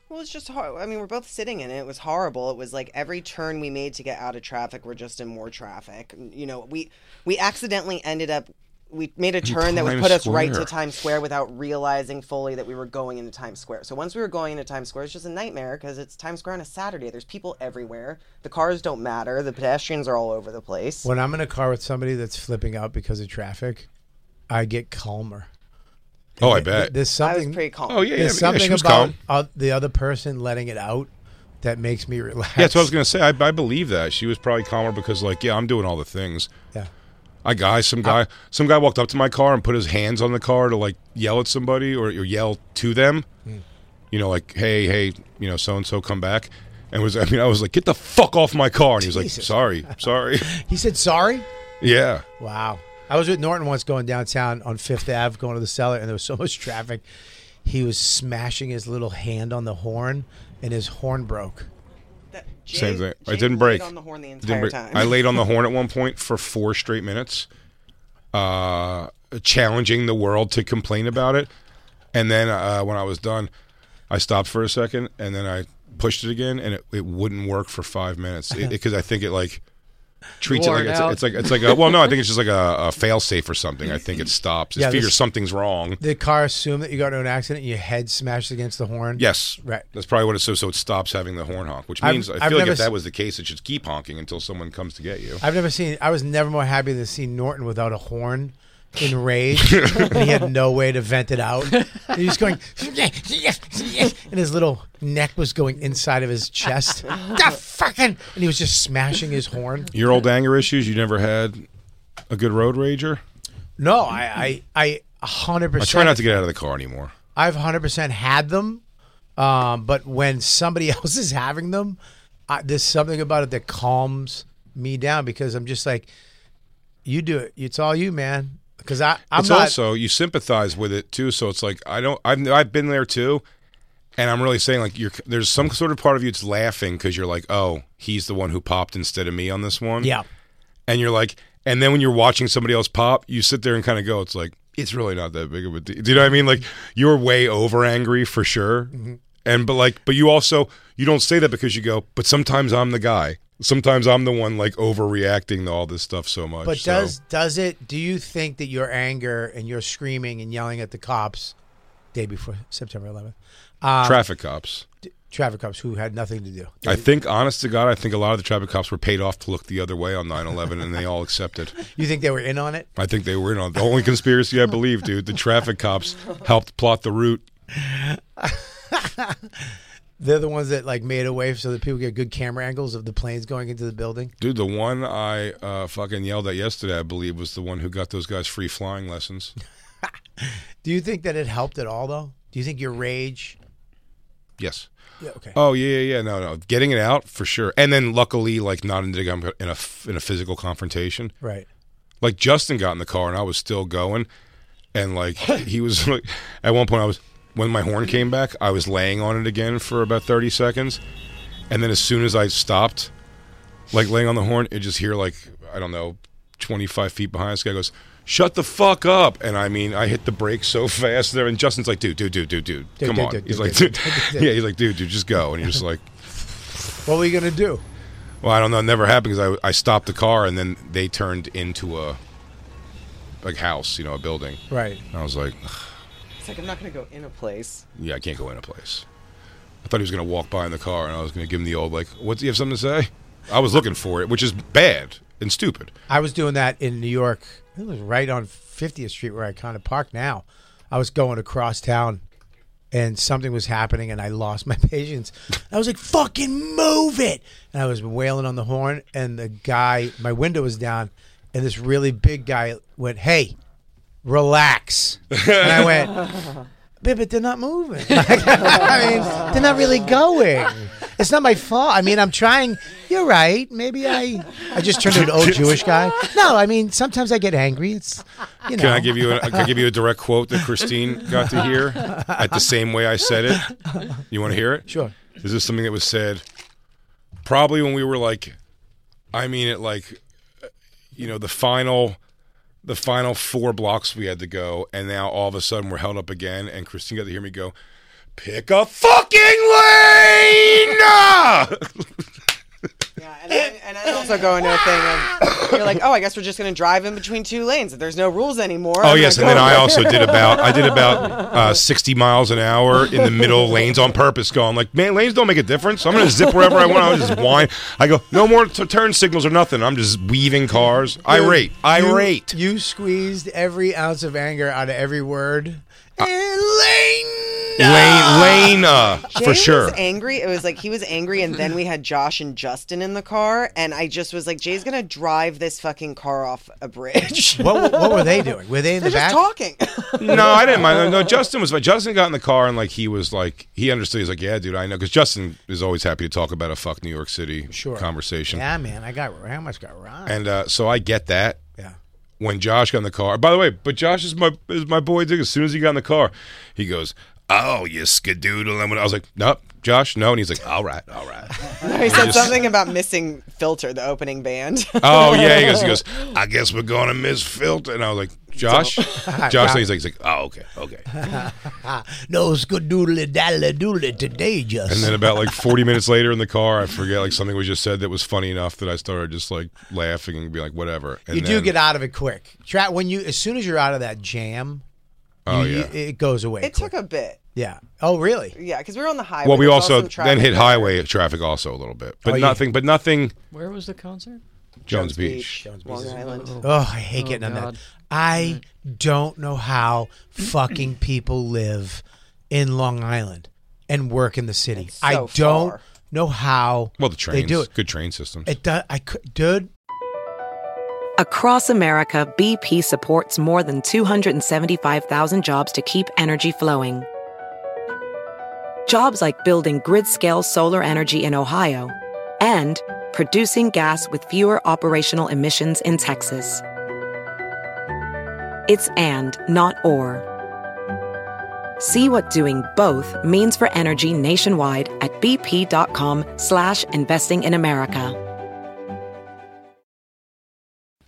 Speaker 5: Well, it's just hard. I mean, we're both sitting in it. It was horrible. It was like every turn we made to get out of traffic, we're just in more traffic. You know, we we accidentally ended up. We made a turn that would
Speaker 2: Times
Speaker 5: put us right to
Speaker 2: Square.
Speaker 5: Times Square without realizing fully that we were going into Times Square. So once we were going into Times Square, it's just a nightmare because it's Times Square on a Saturday. There's people everywhere. The cars don't matter. The pedestrians are all over the place.
Speaker 3: When I'm in a car with somebody that's flipping out because of traffic, I get calmer.
Speaker 2: Oh, I bet.
Speaker 3: There's
Speaker 5: I was
Speaker 3: something.
Speaker 5: pretty calm.
Speaker 2: oh yeah, yeah,
Speaker 3: There's
Speaker 2: yeah,
Speaker 3: something
Speaker 2: she was
Speaker 3: about
Speaker 2: calm.
Speaker 3: uh, the other person letting it out that makes me relax.
Speaker 2: Yeah, that's what I was gonna say. I, I believe that she was probably calmer because, like, yeah, I'm doing all the things.
Speaker 3: Yeah.
Speaker 2: I guy, some guy, some guy walked up to my car and put his hands on the car to like yell at somebody or, or yell to them.
Speaker 3: Hmm.
Speaker 2: You know, like, hey, hey, you know, so and so, come back. And was I mean, I was like, get the fuck off my car. And he was like,
Speaker 3: Jesus.
Speaker 2: sorry, sorry.
Speaker 3: He said sorry.
Speaker 2: yeah.
Speaker 3: Wow. I was with Norton once going downtown on Fifth Ave, going to the cellar, and there was so much traffic. He was smashing his little hand on the horn, and his horn broke.
Speaker 5: That- Jay-
Speaker 2: Same thing.
Speaker 5: Jay
Speaker 2: I didn't
Speaker 5: laid
Speaker 2: break.
Speaker 5: on the horn the
Speaker 2: Didn't
Speaker 5: entire
Speaker 2: break.
Speaker 5: time.
Speaker 2: I laid on the horn at one point for four straight minutes, uh, challenging the world to complain about it. And then uh, when I was done, I stopped for a second and then I pushed it again, and it, it wouldn't work for five minutes because I think it like treats
Speaker 4: Wore
Speaker 2: it
Speaker 4: it
Speaker 2: like it's,
Speaker 4: out.
Speaker 2: it's like it's like a, well no I think it's just like a, a fail safe or something. I think it stops. It
Speaker 3: Yeah,
Speaker 2: figures
Speaker 3: this-
Speaker 2: something's wrong.
Speaker 3: The car assumed that you got into an accident, and your head smashed against the horn.
Speaker 2: Yes,
Speaker 3: Right.
Speaker 2: That's probably what it's so. So it stops having the horn honk, which
Speaker 3: I've-
Speaker 2: means i
Speaker 3: I've
Speaker 2: feel like
Speaker 3: never
Speaker 2: if that
Speaker 3: s-
Speaker 2: was the case, it should keep honking until someone comes to get you.
Speaker 3: I've never seen. I was never more happy than seeing Norton without a horn. In rage, and he had no way to vent it out. He was going, and his little neck was going inside of his chest. The fucking, and he was just smashing his horn.
Speaker 2: Your old anger issues, you never had a good road rager?
Speaker 3: No, I, I, I, hundred
Speaker 2: I
Speaker 3: percent.
Speaker 2: try not to get out of the car anymore.
Speaker 3: I've hundred percent had them, um, but when somebody else is having them, I, there's something about it that calms me down because I'm just like, you do it. It's all you, man. Because I, I'm
Speaker 2: it's
Speaker 3: not.
Speaker 2: also you sympathize with it too, so it's like I don't. I've I've been there too, and I'm really saying like you're there's some sort of part of you that's laughing because you're like, oh, he's the one who popped instead of me on this one.
Speaker 3: yeah,
Speaker 2: and you're like, and then when you're watching somebody else pop, you sit there and kind of go, it's like it's really not that big of a deal. Do you know what I mean? Like you're way over angry for sure,
Speaker 3: Mm-hmm.
Speaker 2: and but like, but you also you don't say that because you go, but sometimes I'm the guy. Sometimes I'm the one like overreacting to all this stuff so much.
Speaker 3: but
Speaker 2: so-
Speaker 3: does does it? Do you think that your anger and your screaming and yelling at the cops, day before September 11th, uh,
Speaker 2: traffic cops?
Speaker 3: traffic cops who had nothing to do?
Speaker 2: I think, honest to God, I think a lot of the traffic cops were paid off to look the other way on 9/11, and they all accepted.
Speaker 3: You think they were in on it?
Speaker 2: I think they were in on the only conspiracy I believe, dude. The traffic cops helped plot the route.
Speaker 3: They're the ones that like made a way so that people get good camera angles of the planes going into the building.
Speaker 2: Dude, the one I uh, fucking yelled at yesterday, I believe, was the one who got those guys free flying lessons.
Speaker 3: Do you think that it helped at all, though? Do you think your rage?
Speaker 2: Yes.
Speaker 3: Yeah, okay.
Speaker 2: Oh yeah, yeah, yeah. No, no. Getting it out for sure, and then luckily, like, not ending up in a in a physical confrontation.
Speaker 3: right.
Speaker 2: Like Justin got in the car and I was still going, and like he was like, at one point I was when my horn came back, I was laying on it again for about thirty seconds, and then as soon as I stopped, like laying on the horn, it just hear like I don't know, twenty five feet behind this guy goes, "Shut the fuck up!" And I mean, I hit the brake so fast there, and Justin's like, "Dude, dude, dude, dude, dude,
Speaker 3: Dude,
Speaker 2: come
Speaker 3: dude,
Speaker 2: on!"
Speaker 3: dude,
Speaker 2: he's
Speaker 3: dude,
Speaker 2: like,
Speaker 3: dude,
Speaker 2: dude,
Speaker 3: dude, dude, dude.
Speaker 2: "Yeah," he's like, "Dude, dude, just go," and you're just like.
Speaker 3: What were you gonna do?
Speaker 2: Well, I don't know. It never happened because I, I stopped the car and then they turned into a like house, you know, a building.
Speaker 3: Right.
Speaker 2: And I was like,
Speaker 5: It's like I'm not gonna go in a place.
Speaker 2: yeah, I can't go in a place. I thought he was gonna walk by in the car and I was gonna give him the old like, what? do You have something to say? I was looking for it, which is bad and stupid.
Speaker 3: I was doing that in New York. I think It was right on 50th Street where I kind of park now. I was going across town, and something was happening, and I lost my patience. I was like, "Fucking move it!" And I was wailing on the horn, and the guy, my window was down, and this really big guy went, "Hey, relax." And I went. "But- But they're not moving. I mean, they're not really going. It's not my fault. I mean, I'm trying. You're right. Maybe I I just turned into an old Jewish guy. No, I mean, sometimes I get angry. It's you know.
Speaker 2: Can I give you a, can I give you a direct quote that Christine got to hear at the same way I said it? You want to hear it?
Speaker 3: Sure.
Speaker 2: Is this something that was said probably when we were like, I mean it like, you know, the final, the final four blocks we had to go, and now all of a sudden we're held up again, and Christine got to hear me go. pick a fucking lane.
Speaker 5: Yeah, and I, and I also go into a thing of you're like, oh, I guess we're just gonna drive in between two lanes. There's no rules anymore.
Speaker 2: Oh
Speaker 5: I'm
Speaker 2: yes, and
Speaker 5: like,
Speaker 2: then I
Speaker 5: oh.
Speaker 2: also did about I did about uh, sixty miles an hour in the middle of lanes on purpose, going like, man, lanes don't make a difference. I'm gonna zip wherever I want. I just whine. I go no more t- turn signals or nothing. I'm just weaving cars. Irate,
Speaker 3: You-
Speaker 2: irate.
Speaker 3: You, squeezed every ounce of anger out of every word. Elaine.
Speaker 2: Lane, lane, uh, for
Speaker 5: Jay
Speaker 2: sure.
Speaker 5: Was angry. It was like he was angry, and then we had Josh and Justin in the car, and I just was like, Jay's gonna drive this fucking car off a bridge.
Speaker 3: What, what were they doing? Were they in
Speaker 5: They're
Speaker 3: the back?
Speaker 5: just talking.
Speaker 2: No, I didn't mind. No, Justin was. Justin got in the car and like he was like he understood. He's like, yeah, dude, I know. Because Justin is always happy to talk about a fuck New York City
Speaker 3: Sure.
Speaker 2: conversation.
Speaker 3: Yeah, man. I got how much got wrong.
Speaker 2: And uh, so I get that.
Speaker 3: yeah.
Speaker 2: When Josh got in the car, by the way, but Josh is my is my boy. Dude, as soon as he got in the car, he goes, "Oh, you skadoodle." And when I was like, "Nope, Josh, no," and he's like, "All right, all right."
Speaker 5: he said something about missing Filter, the opening band.
Speaker 2: oh yeah, he goes. He goes. I guess we're gonna miss Filter. And I was like, Josh, Josh.
Speaker 3: Wow.
Speaker 2: And he's like, he's like, oh okay, okay.
Speaker 3: No, it's good doodly daddly doodly today, just.
Speaker 2: And then about like 40 minutes later in the car, I forget like something was just said that was funny enough that I started just like laughing and be like, whatever. And
Speaker 3: you do
Speaker 2: then-
Speaker 3: get out of it quick. Try when you as soon as you're out of that jam.
Speaker 2: Oh
Speaker 3: you-
Speaker 2: yeah.
Speaker 3: you- it goes away.
Speaker 5: it
Speaker 3: quick.
Speaker 5: took a bit.
Speaker 3: yeah. Oh really?
Speaker 5: Yeah, because we were on the highway.
Speaker 2: well, we
Speaker 5: There was
Speaker 2: also
Speaker 5: some
Speaker 2: then
Speaker 5: traffic
Speaker 2: hit
Speaker 5: there.
Speaker 2: highway traffic also a little bit, but
Speaker 3: Oh, yeah.
Speaker 2: nothing, but nothing.
Speaker 4: Where was the concert?
Speaker 2: Jones, Beach.
Speaker 5: Long Island.
Speaker 3: Oh, I hate
Speaker 4: Oh,
Speaker 3: getting on that.
Speaker 4: God.
Speaker 3: I don't know how fucking people live in Long Island and work in the city.
Speaker 5: It's
Speaker 3: I
Speaker 5: so
Speaker 3: don't
Speaker 5: far.
Speaker 3: know how.
Speaker 2: Well, the trains,
Speaker 3: They do it.
Speaker 2: good train systems.
Speaker 3: It does. I could, dude.
Speaker 6: Across America, BP supports more than 275,000 jobs to keep energy flowing. Jobs like building grid scale solar energy in Ohio and producing gas with fewer operational emissions in Texas. It's and, not or. See what doing both means for energy nationwide at bp.com slash investing in America.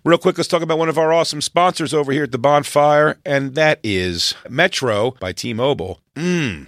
Speaker 2: Real quick, let's talk about one of our awesome sponsors over here at the bonfire, and that is Metro by T Mobile. Mmm.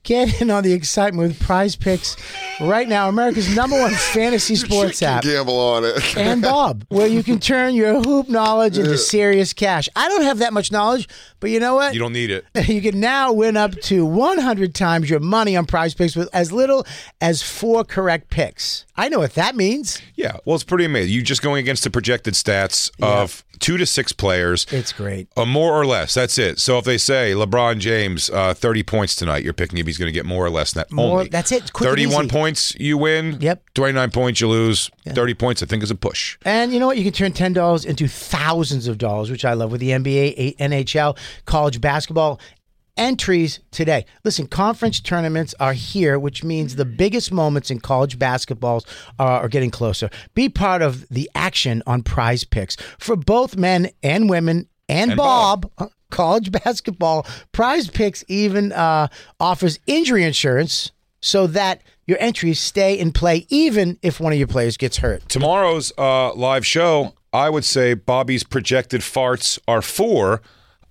Speaker 3: Get in on the excitement with prize picks right now. America's number one fantasy sports
Speaker 7: Chick can
Speaker 3: app.
Speaker 7: Gamble on it.
Speaker 3: and Bob, where you can turn your hoop knowledge into serious cash. I don't have that much knowledge, but you know what?
Speaker 2: You don't need it.
Speaker 3: You can now win up to 100 times your money on prize picks with as little as four correct picks. I know what that means.
Speaker 2: Yeah. Well, it's pretty amazing. You're just going against the projected stats of two to six players.
Speaker 3: It's great.
Speaker 2: Uh, more or less. That's it. So if they say LeBron James, uh, 30 points tonight, you're picking if he's going to get more or less than that.
Speaker 3: More-
Speaker 2: only.
Speaker 3: that's it. Quick and
Speaker 2: 31
Speaker 3: easy.
Speaker 2: points, you win.
Speaker 3: Yep.
Speaker 2: 29 points, you lose. 30 points, I think, is a push.
Speaker 3: And you know what? You can turn ten dollars into thousands of dollars, which I love with the NBA, A- NHL, college basketball entries today. Listen, conference tournaments are here, which means the biggest moments in college basketballs are, are getting closer. Be part of the action on Prize Picks for both men and women and,
Speaker 2: And Bob.
Speaker 3: Bob. College basketball prize picks even uh, offers injury insurance so that Your entries stay in play even if one of your players gets hurt.
Speaker 2: Tomorrow's uh, live show, I would say Bobby's projected farts are four.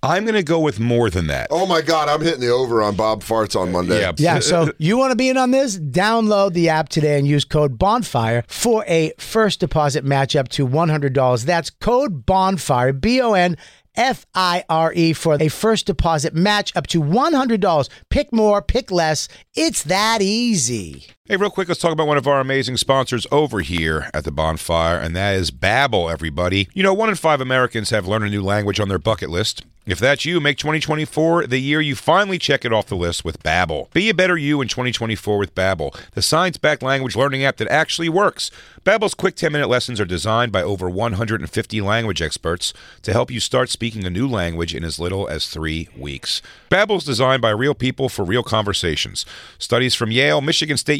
Speaker 2: I'm going to go with more than that.
Speaker 8: Oh my God, I'm hitting the over on Bob Farts on Monday.
Speaker 2: Yeah.
Speaker 3: Yeah, so you want to be in on this? Download the app today and use code BONFIRE for a first deposit match up to $100. That's code BONFIRE, B O N F I R E, for a first deposit match up to $100. Pick more, pick less. It's that easy.
Speaker 2: Hey, real quick, let's talk about one of our amazing sponsors over here at the bonfire, and that is Babbel, everybody. You know, one in five Americans have learned a new language on their bucket list. If that's you, make 2024 the year you finally check it off the list with Babbel. Be a better you in 2024 with Babbel, the science-backed language learning app that actually works. Babbel's quick 10-minute lessons are designed by over 150 language experts to help you start speaking a new language in as little as 3 weeks. Babbel's designed by real people for real conversations. Studies from Yale, Michigan State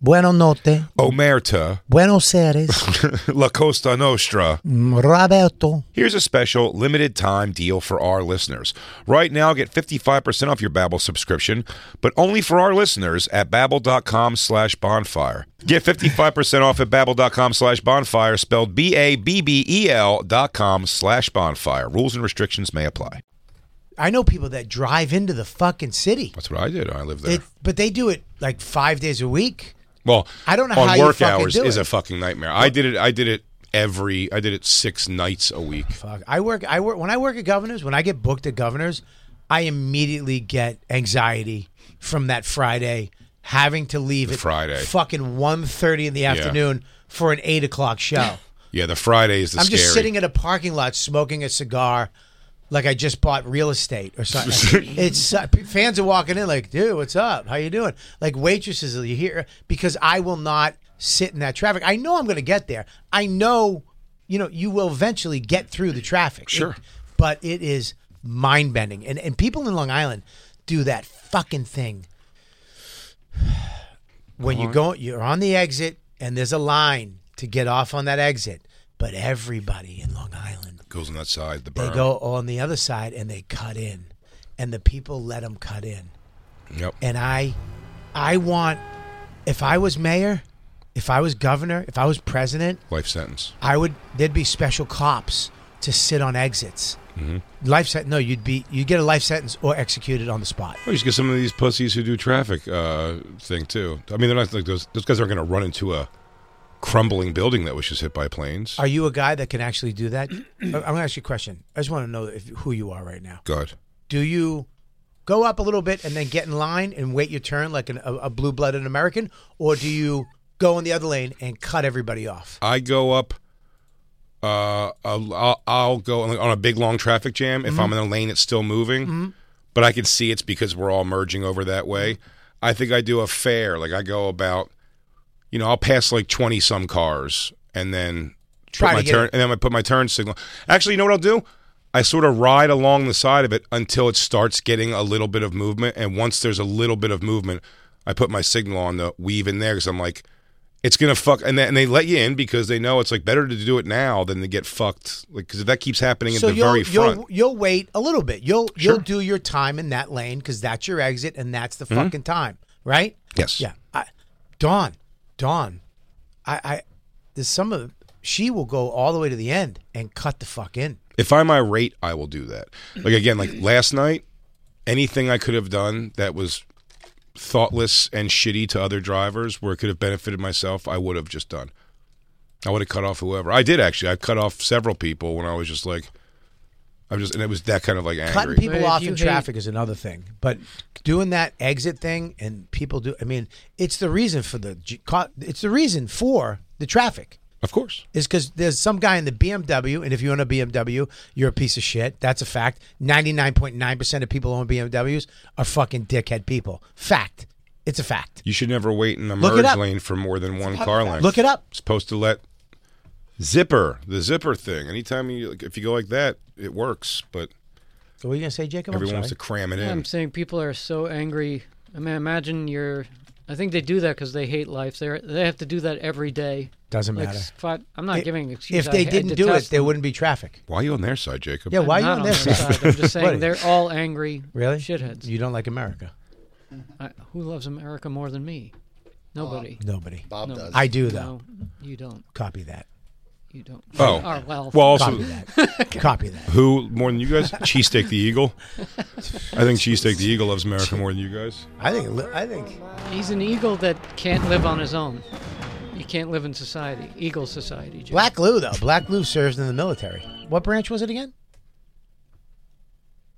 Speaker 3: Buono notte.
Speaker 2: Omerta,
Speaker 3: Buenos Aires.
Speaker 2: La Costa Nostra.
Speaker 3: Roberto.
Speaker 2: Here's a special limited time deal for our listeners. Right now, get 55% off your Babbel subscription, but only for our listeners at babbel.com slash bonfire. Get 55% off at babbel.com slash bonfire, spelled B-A-B-B-E-L E dot com slash bonfire. Rules and restrictions may apply.
Speaker 3: I know people that drive into the fucking city.
Speaker 2: That's what I did. I lived there.
Speaker 3: It, but they do it like five days a week.
Speaker 2: well,
Speaker 3: I don't know
Speaker 2: on
Speaker 3: how you
Speaker 2: work
Speaker 3: fucking
Speaker 2: hours
Speaker 3: do
Speaker 2: is
Speaker 3: it.
Speaker 2: a fucking nightmare. I did it. I did it every. I did it six nights a week.
Speaker 3: Fuck. I work. I work when I work at Governors. When I get booked at Governors, I immediately get anxiety from that Friday having to leave at
Speaker 2: Friday.
Speaker 3: fucking 1.30 in the afternoon for an eight o'clock show.
Speaker 2: Yeah, the Friday is the
Speaker 3: I'm
Speaker 2: scary.
Speaker 3: just sitting in a parking lot smoking a cigar, like I just bought real estate or something. it's uh, p- fans are walking in like, dude, what's up? How you doing? Like waitresses, are you here? Because I will not sit in that traffic. I know I'm going to get there. I know, you know, you will eventually get through the traffic. Sure, but it is mind bending, and and people in Long Island do that fucking thing when you go you're on the exit and there's a line to get off on that exit but everybody in long island
Speaker 2: goes on that side. The
Speaker 3: they
Speaker 2: berm.
Speaker 3: go on the other side and they cut in and the people let them cut in
Speaker 2: Yep.
Speaker 3: and i i want if i was mayor if i was governor if i was president
Speaker 2: Life sentence.
Speaker 3: i would there'd be special cops to sit on exits life sentence no you'd be you'd get a life sentence or executed on the spot
Speaker 2: Well, you should get some of these pussies who do traffic uh, thing too. I mean, they're not like those. Those guys aren't going to run into a crumbling building that was just hit by planes.
Speaker 3: are you a guy that can actually do that i'm going to ask you a question i just want to know if, who you are right now
Speaker 2: Good.
Speaker 3: do you go up a little bit and then get in line and wait your turn like an, a, a blue-blooded American, or do you go in the other lane and cut everybody off?
Speaker 2: I go up. Uh, I'll, I'll- I'll go on a big long traffic jam
Speaker 3: Mm-hmm.
Speaker 2: if I'm in a lane that's still moving, but I can see it's because we're all merging over that way. I think I do a fair. Like I go about, you know, I'll pass like twenty some cars and then
Speaker 3: Try
Speaker 2: put
Speaker 3: to
Speaker 2: my
Speaker 3: get
Speaker 2: turn,
Speaker 3: it.
Speaker 2: and then I put my turn signal. Actually, you know what I'll do? I sort of ride along the side of it until it starts getting a little bit of movement, and once there's a little bit of movement, I put my signal on the weave in there because I'm like, it's gonna fuck, and they, and they let you in because they know it's like better to do it now than to get fucked. Like because if that keeps happening at
Speaker 3: So
Speaker 2: the
Speaker 3: you'll
Speaker 2: very front,
Speaker 3: you'll you'll wait a little bit. You'll you'll do your time in that lane because that's your exit and that's
Speaker 2: Mm-hmm.
Speaker 3: the fucking time, right?
Speaker 2: yes,
Speaker 3: Yeah. I, Dawn, Dawn, I, I there's some of the- she will go all the way to the end and cut the fuck in.
Speaker 2: If I'm irate, I will do that. Like again, like last night, anything I could have done that was thoughtless and shitty to other drivers where it could have benefited myself, I would have just done. I would have cut off whoever. I did actually. I cut off several people when I was just like, I'm just, and it was that kind of like angry.
Speaker 3: Cutting people
Speaker 4: But if
Speaker 3: off
Speaker 4: you
Speaker 3: in
Speaker 4: hate-
Speaker 3: traffic is another thing, but doing that exit thing and people do. I mean, it's the reason for the. g- co- It's the reason for the traffic
Speaker 2: of course.
Speaker 3: is because there's some guy in the BMW, and if you own a BMW, you're a piece of shit. That's a fact. Ninety nine point nine percent of people who own BMWs are fucking dickhead people. Fact. It's a fact.
Speaker 2: You should never wait in a
Speaker 3: Look it
Speaker 2: merge
Speaker 3: up.
Speaker 2: lane for more than one car length.
Speaker 3: Look it up.
Speaker 2: Supposed to let zipper the zipper thing. Anytime you like, if you go like that, it works. But
Speaker 3: What were you gonna say, Jacob? I'm
Speaker 2: everyone wants to
Speaker 3: Oh, sorry.
Speaker 2: cram it in.
Speaker 4: I'm saying people are so angry. I mean, imagine you're. I think they do that because they hate life. They they have to do that every day.
Speaker 3: Doesn't
Speaker 4: Like,
Speaker 3: matter.
Speaker 4: fi- I'm not
Speaker 3: If-
Speaker 4: giving an excuse.
Speaker 3: If
Speaker 4: I
Speaker 3: they
Speaker 4: had
Speaker 3: didn't
Speaker 4: to
Speaker 3: do it,
Speaker 4: test
Speaker 3: there
Speaker 4: them.
Speaker 3: wouldn't be traffic.
Speaker 2: Why are you on their side, Jacob?
Speaker 3: Yeah, why
Speaker 4: Not
Speaker 3: you
Speaker 4: on
Speaker 3: on
Speaker 4: their
Speaker 3: this?
Speaker 4: side. I'm just
Speaker 3: What are you-
Speaker 4: saying they're all angry.
Speaker 3: Really?
Speaker 4: Shitheads.
Speaker 3: You don't like America?
Speaker 4: I, who loves America more than me? Nobody.
Speaker 3: Nobody.
Speaker 9: Bob does.
Speaker 3: I do Oh, though.
Speaker 4: no, you don't.
Speaker 3: Copy that.
Speaker 4: You don't.
Speaker 2: Oh.
Speaker 4: Oh, well.
Speaker 2: Well, also,
Speaker 3: Copy that. Copy that.
Speaker 2: who more than you guys? Cheesesteak the Eagle. I think Cheesesteak the Eagle loves America more than you guys.
Speaker 3: I think. I think.
Speaker 4: He's an eagle that can't live on his own. You can't live in society. Eagle society. Jim.
Speaker 3: Black Lou though. Black Lou serves in the military. What branch was it again?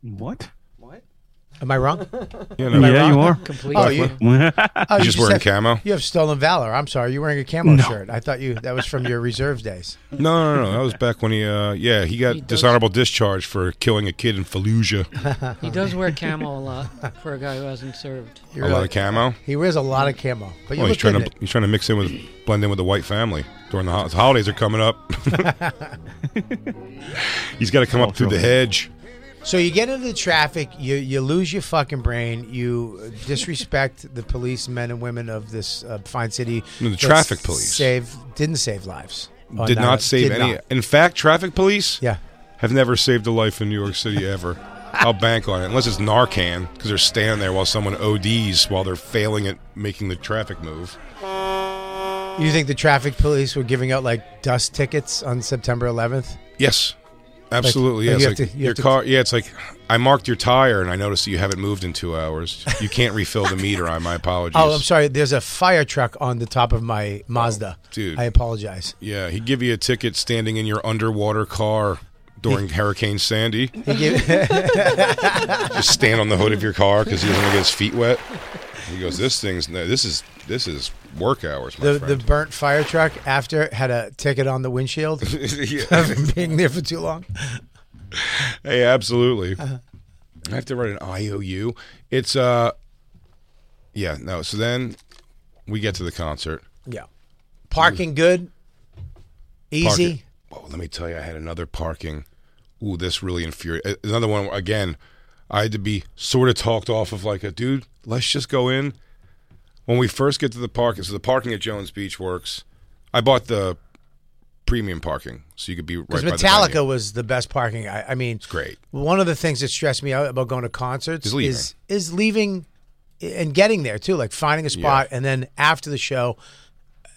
Speaker 10: What?
Speaker 5: What?
Speaker 3: Am I wrong?
Speaker 2: You know,
Speaker 10: Yeah, you are.
Speaker 4: Complete.
Speaker 3: Oh, you, oh,
Speaker 2: He's
Speaker 3: you
Speaker 2: just wearing
Speaker 3: said-
Speaker 2: camo.
Speaker 3: You have stolen valor. I'm sorry. You're wearing a camo shirt. I thought you that was from your reserves days.
Speaker 2: No, no, no, no. That was back when he. Uh, yeah, he got
Speaker 4: He does-
Speaker 2: dishonorable discharge for killing a kid in Fallujah.
Speaker 4: He does wear camo a lot for a guy who hasn't served.
Speaker 3: You're
Speaker 2: A lot
Speaker 3: like-
Speaker 2: of camo.
Speaker 3: He wears a lot of camo. But you
Speaker 2: Well, he's
Speaker 3: look
Speaker 2: trying
Speaker 3: good
Speaker 2: to
Speaker 3: in it.
Speaker 2: he's trying to mix in with blend in with the white family during the hol- holidays are coming up. he's got to come up through the hedge.
Speaker 3: So you get into the traffic, you you lose your fucking brain, you disrespect the police men and women of this uh, fine city.
Speaker 2: No, the
Speaker 3: that's
Speaker 2: traffic police.
Speaker 3: save didn't save lives. Oh,
Speaker 2: Did not save
Speaker 3: did
Speaker 2: any.
Speaker 3: not.
Speaker 2: In fact, traffic police
Speaker 3: Yeah.
Speaker 2: have never saved a life in New York City ever. I'll bank on it, unless it's Narcan, because they're standing there while someone ODs while they're failing at making the traffic move.
Speaker 3: You think the traffic police were giving out like dust tickets on September 11th?
Speaker 2: Yes, absolutely.
Speaker 3: you
Speaker 2: yes,
Speaker 3: have
Speaker 2: like
Speaker 3: to- you
Speaker 2: your
Speaker 3: have to-
Speaker 2: car. Yeah, it's like I marked your tire and I noticed that you haven't moved in two hours. You can't refill the meter. I my apologies.
Speaker 3: Oh, I'm sorry. There's a fire truck on the top of my Mazda.
Speaker 2: Oh, dude.
Speaker 3: I apologize.
Speaker 2: Yeah, he'd give you a ticket standing in your underwater car during Hurricane Sandy.
Speaker 3: He gave,
Speaker 2: Just stand on the hood of your car because he doesn't want to get his feet wet. He goes, "This thing's no, this is this is work hours, my
Speaker 3: the, the
Speaker 2: friend."
Speaker 3: burnt fire truck after had a ticket on the windshield
Speaker 2: yeah.
Speaker 3: from being there for too long.
Speaker 2: Hey, absolutely.
Speaker 3: Uh-huh.
Speaker 2: I have to write an IOU. It's uh, yeah, no. So then we get to the concert.
Speaker 3: Yeah. Parking good.
Speaker 2: Park
Speaker 3: Easy.
Speaker 2: it. Oh, let me tell you, I had another parking. Ooh, this really infuriated. Another one again. I had to be sort of talked off of like a dude. Let's just go in. When we first get to the parking, so the parking at Jones Beach works. I bought the premium parking, so you could be right by
Speaker 3: Because
Speaker 2: the venue.
Speaker 3: Metallica was the best parking. I, I mean, it's
Speaker 2: great.
Speaker 3: One of the things that stressed me out about going to concerts
Speaker 2: Is leaving.
Speaker 3: is is leaving and getting there too, like finding a spot, and then after the show,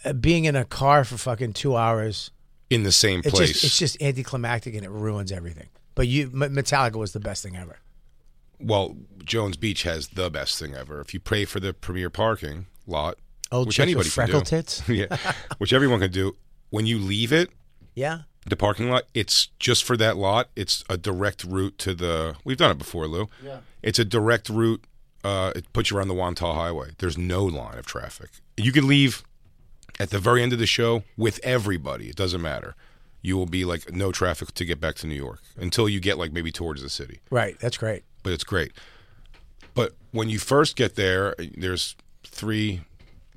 Speaker 3: uh, being in a car for fucking two hours.
Speaker 2: in the same
Speaker 3: It's
Speaker 2: place.
Speaker 3: just it's just anticlimactic and it ruins everything. But you, M- Metallica was the best thing ever.
Speaker 2: well, Jones Beach has the best thing ever. If you pay for the premier parking lot,
Speaker 3: Old
Speaker 2: which
Speaker 3: chicks
Speaker 2: anybody
Speaker 3: with
Speaker 2: can
Speaker 3: Oh, freckle
Speaker 2: do,
Speaker 3: tits.
Speaker 2: yeah, which everyone can do. When you leave it,
Speaker 3: Yeah,
Speaker 2: the parking lot. It's just for that lot. It's a direct route to the. We've done it before, Lou. Yeah. It's a direct route. Uh, it puts you around the Wantagh Highway. There's no line of traffic. You can leave at the very end of the show with everybody. It doesn't matter. You will be like no traffic to get back to New York until you get like maybe towards the city
Speaker 3: right. That's great.
Speaker 2: but it's great. But when you first get there, there's three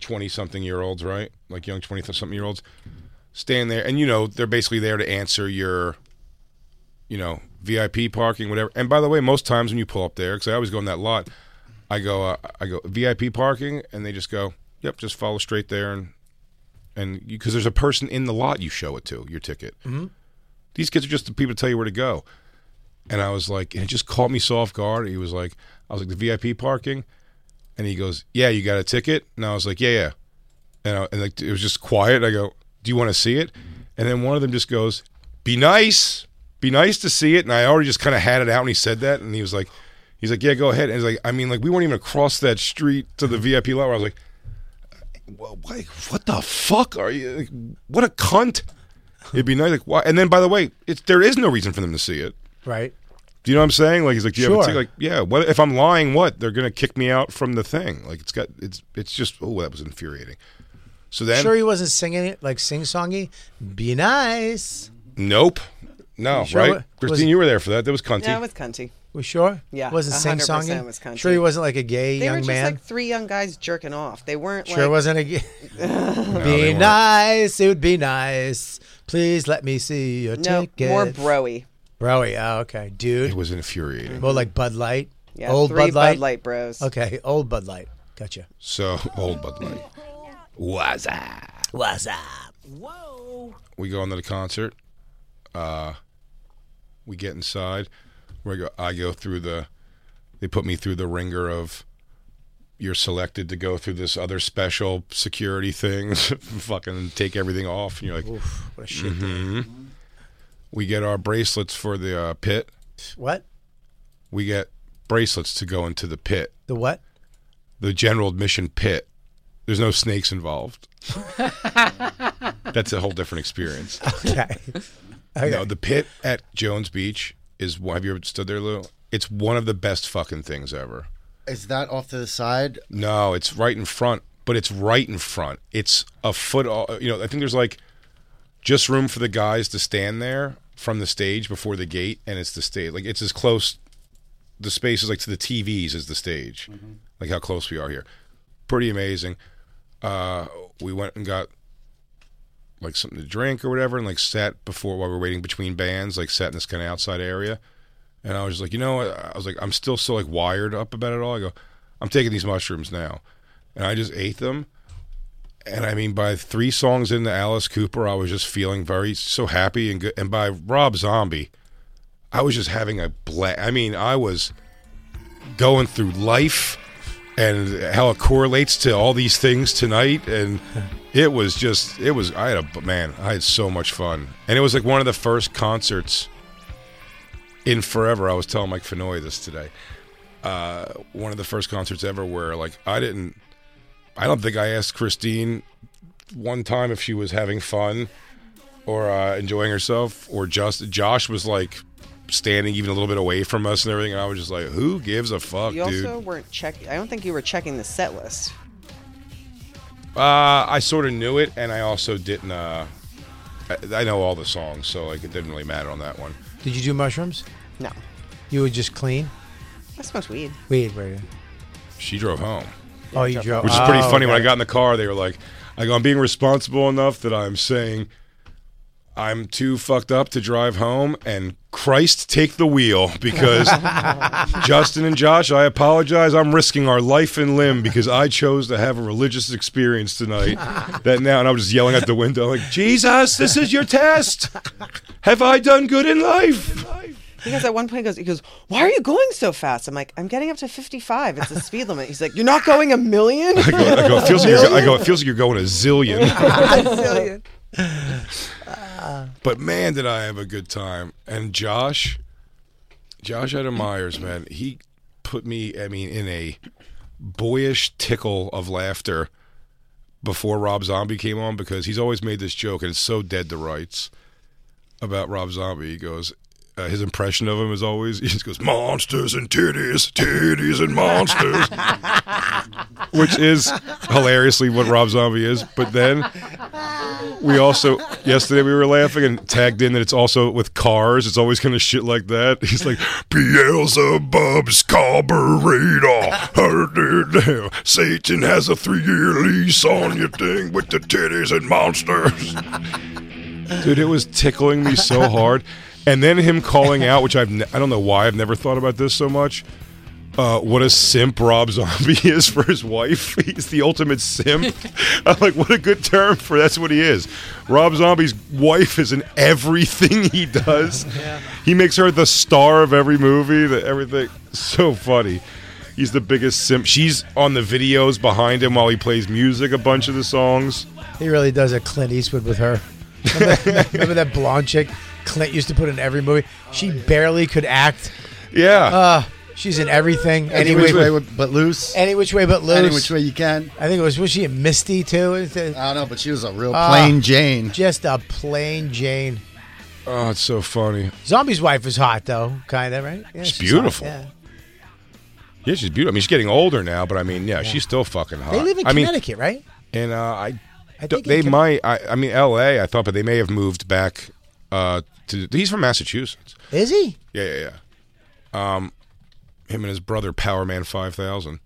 Speaker 2: 20 something year olds, right? Like young 20 something year olds stand there, and you know, they're basically there to answer your, you know, VIP parking, whatever. And by the way, most times when you pull up there, because I always go in that lot, I go, uh, I go VIP parking, and they just go, yep, just follow straight there. And, and because there's a person in the lot you show it to, your ticket. Mm-hmm. These kids are just the people to tell you where to go and I was like, and it just caught me so off guard. He was like, I was like the VIP parking, and he goes, yeah, you got a ticket, and I was like, yeah, yeah, and, I, and like it was just quiet. I go, do you want to see it? And then one of them just goes, be nice, be nice to see it, and I already just kind of had it out when he said that, and he was like, he's like, yeah, go ahead, and he's like, I mean, like we weren't even across that street to the VIP lot. Where I was like. Well, like, what the fuck are you? Like, what a cunt! It'd be nice, like, why? And then, by the way, it's there is no reason for them to see it.
Speaker 3: Right.
Speaker 2: Do you know what I'm saying? Like he's like, do you have a
Speaker 3: Sure.
Speaker 2: ticket? Like, yeah. What if I'm lying? What they're gonna kick me out from the thing? Like it's got it's it's just oh that was infuriating. So then,
Speaker 3: sure, he wasn't singing it like sing songy. Be nice.
Speaker 2: nope, no,
Speaker 3: sure
Speaker 2: right?
Speaker 3: what- was-
Speaker 2: Christine, you were there for that. That was cunty.
Speaker 5: Yeah, it was cunty.
Speaker 3: We sure?
Speaker 5: Yeah,
Speaker 3: Wasn't sing
Speaker 5: 100%
Speaker 3: songing?
Speaker 5: was country.
Speaker 3: Sure, he wasn't like a gay
Speaker 5: They
Speaker 3: young
Speaker 5: were just
Speaker 3: man.
Speaker 5: like three young guys jerking off. They weren't
Speaker 3: sure
Speaker 5: like
Speaker 3: wasn't a gay.
Speaker 2: No, they
Speaker 3: be
Speaker 2: weren't.
Speaker 3: nice. It would be nice. Please let me see your
Speaker 5: no
Speaker 3: ticket.
Speaker 5: more broy.
Speaker 3: Broy. Oh, okay,
Speaker 2: It
Speaker 3: dude.
Speaker 2: was infuriating.
Speaker 3: More like Bud Light.
Speaker 5: Yeah,
Speaker 3: old
Speaker 5: three
Speaker 3: Bud Light.
Speaker 5: bros.
Speaker 3: Okay, old Bud Light. Gotcha.
Speaker 2: So old Bud Light. What's up?
Speaker 3: What's up?
Speaker 2: We go into the concert. Uh, we get inside. We go, I go through the. They put me through the ringer of. You're selected to go through this other special security thing. fucking take everything off, and you're like, mm-hmm.
Speaker 3: What a shit.
Speaker 2: we get our bracelets for the uh, pit.
Speaker 3: What?
Speaker 2: We get bracelets to go into the pit,
Speaker 3: The what?
Speaker 2: the general admission pit. There's no snakes involved. That's a whole different experience.
Speaker 3: Okay.
Speaker 2: No, the pit at Jones Beach is. one- Have you ever stood there, Lou? It's one of the best fucking things ever.
Speaker 9: Is that off to the side?
Speaker 2: No, it's right in front, but it's right in front. It's a foot. o- You know, I think there's like just room for the guys to stand there from the stage before the gate, and it's the stage. Like it's as close. The space is like to the TVs as the stage, like how close we are here. Pretty amazing. Uh, we went and got like something to drink or whatever, and like sat before while we were waiting between bands, like sat in this kind of outside area. And I was just like, you know, I I was like, I'm still so like wired up about it all. I go, I'm taking these mushrooms now, and I just ate them. And I mean, by three songs into Alice Cooper, I was just feeling very so happy and good. And by Rob Zombie, I was just having a blast. I mean, I was going through life and how it correlates to all these things tonight. And it was just, it was, I had a, man, I had so much fun. And it was like one of the first concerts in forever. I was telling Mike Fenoy this today. Uh, one of the first concerts ever where like I didn't, I don't think I asked Christine one time if she was having fun or uh, enjoying herself or just Josh was like standing even a little bit away from us and everything and I was just like who gives a fuck
Speaker 5: You
Speaker 2: dude
Speaker 5: also weren't checking. I don't think you were checking the set list.
Speaker 2: Uh, I sort of knew it, and I also didn't. Uh, I, I know all the songs, so like it didn't really matter on that one.
Speaker 3: Did you do mushrooms?
Speaker 5: No,
Speaker 3: You were just clean.
Speaker 5: I smoked weed.
Speaker 3: Wait, wait. wait.
Speaker 2: She drove home,
Speaker 3: Oh, you drove.
Speaker 2: which is pretty
Speaker 3: oh,
Speaker 2: funny. When I
Speaker 3: okay.
Speaker 2: got in the car, they were like, "I go, I'm being responsible enough that I'm saying I'm too fucked up to drive home, and Christ take the wheel because Justin and Josh, I apologize. I'm risking our life and limb because I chose to have a religious experience tonight. that now, and I was just yelling out the window like, Jesus, this is your test. Have I done good in life?
Speaker 5: Because at one point he goes, he goes, "Why are you going so fast?" I'm like, "I'm getting up to 55. It's the speed limit." He's like, "You're not going a million?
Speaker 2: I go, I go, it feels like you're, go- I go, it feels like you're going a zillion.
Speaker 5: A zillion."
Speaker 2: but man, did I have a good time. And Josh, Josh Adam Myers, man, he put me, I mean, in a boyish tickle of laughter before Rob Zombie came on because he's always made this joke and it's so dead to rights about Rob Zombie. He goes, uh, his impression of him is always, he just goes, monsters and titties, titties and monsters. which is hilariously what Rob Zombie is. But then we also yesterday we were laughing and tagged in that it's also with cars. It's always kind of shit like that. He's like Beelzebub's carburetor. Her Satan has a three-year lease on your thing with the titties and monsters. Dude, it was tickling me so hard. And then him calling out, which I've ne- I don't know why I've never thought about this so much uh, what a simp Rob Zombie is for his wife. He's the ultimate simp. I'm like, what a good term for that's what he is. Rob Zombie's wife is in everything he does. He makes her the star of every movie, the everything. So funny. He's the biggest simp. She's on the videos behind him while he plays music, a bunch of the songs.
Speaker 3: He really does a Clint Eastwood with her. Remember, remember that blonde chick Clint used to put in every movie? She barely could act.
Speaker 2: Yeah.
Speaker 3: Uh, she's in everything. Any
Speaker 9: Any which
Speaker 3: which
Speaker 9: way,
Speaker 3: way,
Speaker 9: would- but loose.
Speaker 3: any which way but loose.
Speaker 9: Any which way you can.
Speaker 3: I think it was was she in Misty too? Is it- uh,
Speaker 2: Uh.
Speaker 9: I don't know, but she was a real plain Jane.
Speaker 3: Just a plain Jane.
Speaker 2: oh, it's so funny.
Speaker 3: Zombie's wife is hot though, kind of right. Yeah,
Speaker 2: She's
Speaker 3: hot,
Speaker 2: beautiful.
Speaker 3: yeah.
Speaker 2: Yeah, she's beautiful. I mean, she's getting older now, but I mean, yeah, she's still fucking hot.
Speaker 3: They live in
Speaker 2: Uh, I mean,
Speaker 3: Connecticut, right?
Speaker 2: and uh, I
Speaker 3: I
Speaker 2: Do-
Speaker 3: think in
Speaker 2: they
Speaker 3: Con-
Speaker 2: might. I, I mean, L.A. I thought, but they may have moved back. Uh, to he's from Massachusetts.
Speaker 3: Is he?
Speaker 2: Yeah, yeah, yeah. Um, him and his brother, Power Man 5000.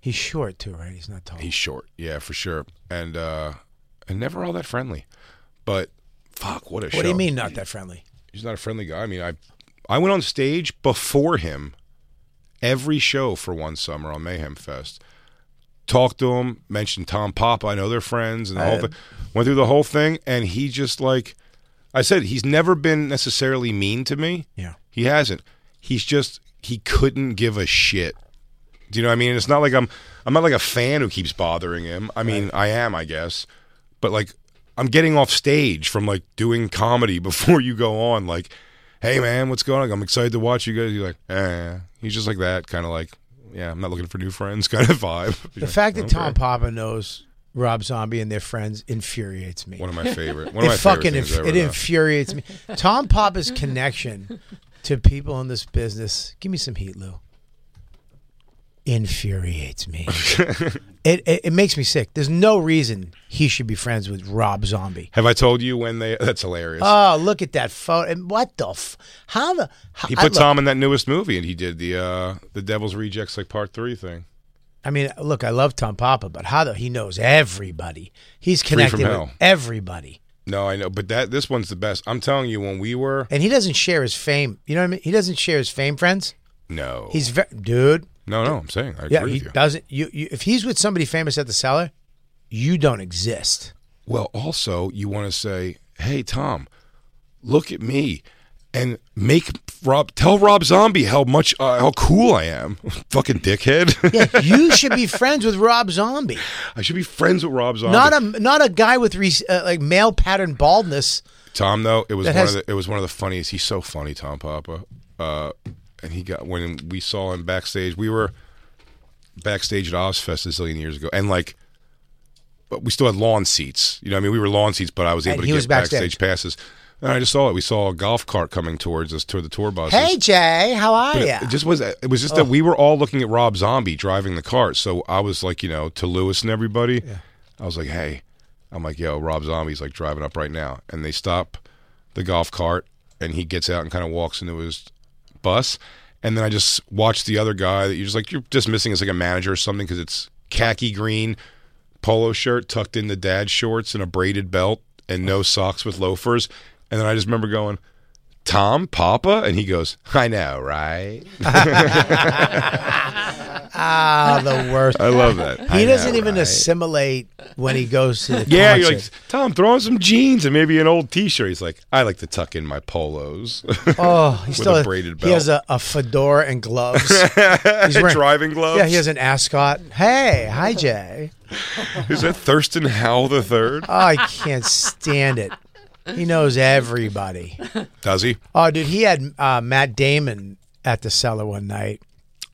Speaker 3: He's short too, right? He's not tall.
Speaker 2: He's short, yeah, for sure, and uh, and never all that friendly. But fuck, what a show!
Speaker 3: what do you mean not that friendly?
Speaker 2: He's not a friendly guy. I mean, I I went on stage before him every show for one summer on Mayhem Fest. Talked to him, mentioned Tom Papa. I know they're friends, and the whole thing. Went through the whole thing, and he just like I said, he's never been necessarily mean to me.
Speaker 3: Yeah.
Speaker 2: he hasn't. He's just he couldn't give a shit. Do you know what I mean? It's not like I'm I'm not like a fan who keeps bothering him. I mean, I am, I guess. But like I'm getting off stage from like doing comedy before you go on like, "Hey man, what's going on? I'm excited to watch you guys." He's like, "Eh." He's just like that kind of like, "Yeah, I'm not looking for new friends" kind of vibe.
Speaker 3: The fact that Tom Papa knows Rob Zombie and their friends infuriates me.
Speaker 2: one of my favorite. One of
Speaker 3: it
Speaker 2: my
Speaker 3: fucking
Speaker 2: favorite things
Speaker 3: inf-
Speaker 2: ever.
Speaker 3: it
Speaker 2: though.
Speaker 3: infuriates me. Tom Papa's connection to people in this business. Give me some heat, Lou. Infuriates me. it, it it makes me sick. There's no reason he should be friends with Rob Zombie.
Speaker 2: Have I told you when they That's hilarious.
Speaker 3: Oh, look at that photo! And what the? F- how the? How,
Speaker 2: he
Speaker 3: I,
Speaker 2: put
Speaker 3: look,
Speaker 2: Tom in that newest movie and he did the uh the Devil's Rejects like part 3 thing.
Speaker 3: I mean, look, I love Tom Papa, but how the? He knows everybody. He's connected with
Speaker 2: hell.
Speaker 3: everybody,
Speaker 2: No, I know, but that this one's the best. I'm telling you when we were
Speaker 3: and he doesn't share his fame. You know what I mean? He doesn't share his fame friends.
Speaker 2: No.
Speaker 3: He's very dude.
Speaker 2: No, no, I'm saying I
Speaker 3: Yeah,
Speaker 2: agree
Speaker 3: he
Speaker 2: with you.
Speaker 3: doesn't. You, you, if he's with somebody famous at the cellar, you don't exist.
Speaker 2: Well, also, you want to say, "Hey, Tom, look at me," and make Rob tell Rob Zombie how much uh, how cool I am. Fucking dickhead!
Speaker 3: Yeah, you should be friends with Rob Zombie,
Speaker 2: I should be friends with Rob Zombie.
Speaker 3: not a not a guy with re, uh, like male pattern baldness.
Speaker 2: Tom though. It was
Speaker 3: that
Speaker 2: one
Speaker 3: has-
Speaker 2: of the, it was one of the funniest. He's so funny, Tom Papa. Uh, and he got when we saw him backstage. We were backstage at Ozfest a zillion years ago, and like. But we still had lawn seats. You know, what I mean, we were lawn seats, but I was able
Speaker 3: And
Speaker 2: to
Speaker 3: he
Speaker 2: get
Speaker 3: was backstage.
Speaker 2: passes. And I just saw it. We saw a golf cart coming towards us, toward the tour bus.
Speaker 3: Hey Jay, how are
Speaker 2: But
Speaker 3: you?
Speaker 2: it- It just was. uh, It was just that we were all looking at Rob Zombie driving the cart. So I was like, you know, to Lewis and everybody, I was like, hey, I'm like, yo, Rob Zombie's like driving up right now, and they stop the golf cart, and he gets out and kind of walks into his bus, and then I just watch the other guy that you're just like you're dismissing as like a manager or something because it's khaki green polo shirt tucked into dad shorts and a braided belt and no socks with loafers, and then I just remember going. Tom Papa? And he goes, I know, right?
Speaker 3: ah, the worst.
Speaker 2: I love that.
Speaker 3: He doesn't even assimilate when he goes to the
Speaker 2: Yeah,
Speaker 3: concert.
Speaker 2: you're like, Tom, throw on some jeans and maybe an old t shirt. He's like, I like to tuck in my polos.
Speaker 3: oh, he
Speaker 2: with
Speaker 3: still
Speaker 2: a
Speaker 3: has-
Speaker 2: braided
Speaker 3: he has
Speaker 2: belt.
Speaker 3: a, a fedora and gloves. He's wearing
Speaker 2: Driving gloves.
Speaker 3: Yeah, he has an ascot. Hey, hi Jay.
Speaker 2: Is that Thurston Howell the third?
Speaker 3: Oh, I can't stand it. He knows everybody.
Speaker 2: Does he?
Speaker 3: Oh, dude, he had uh, Matt Damon at the cellar one night.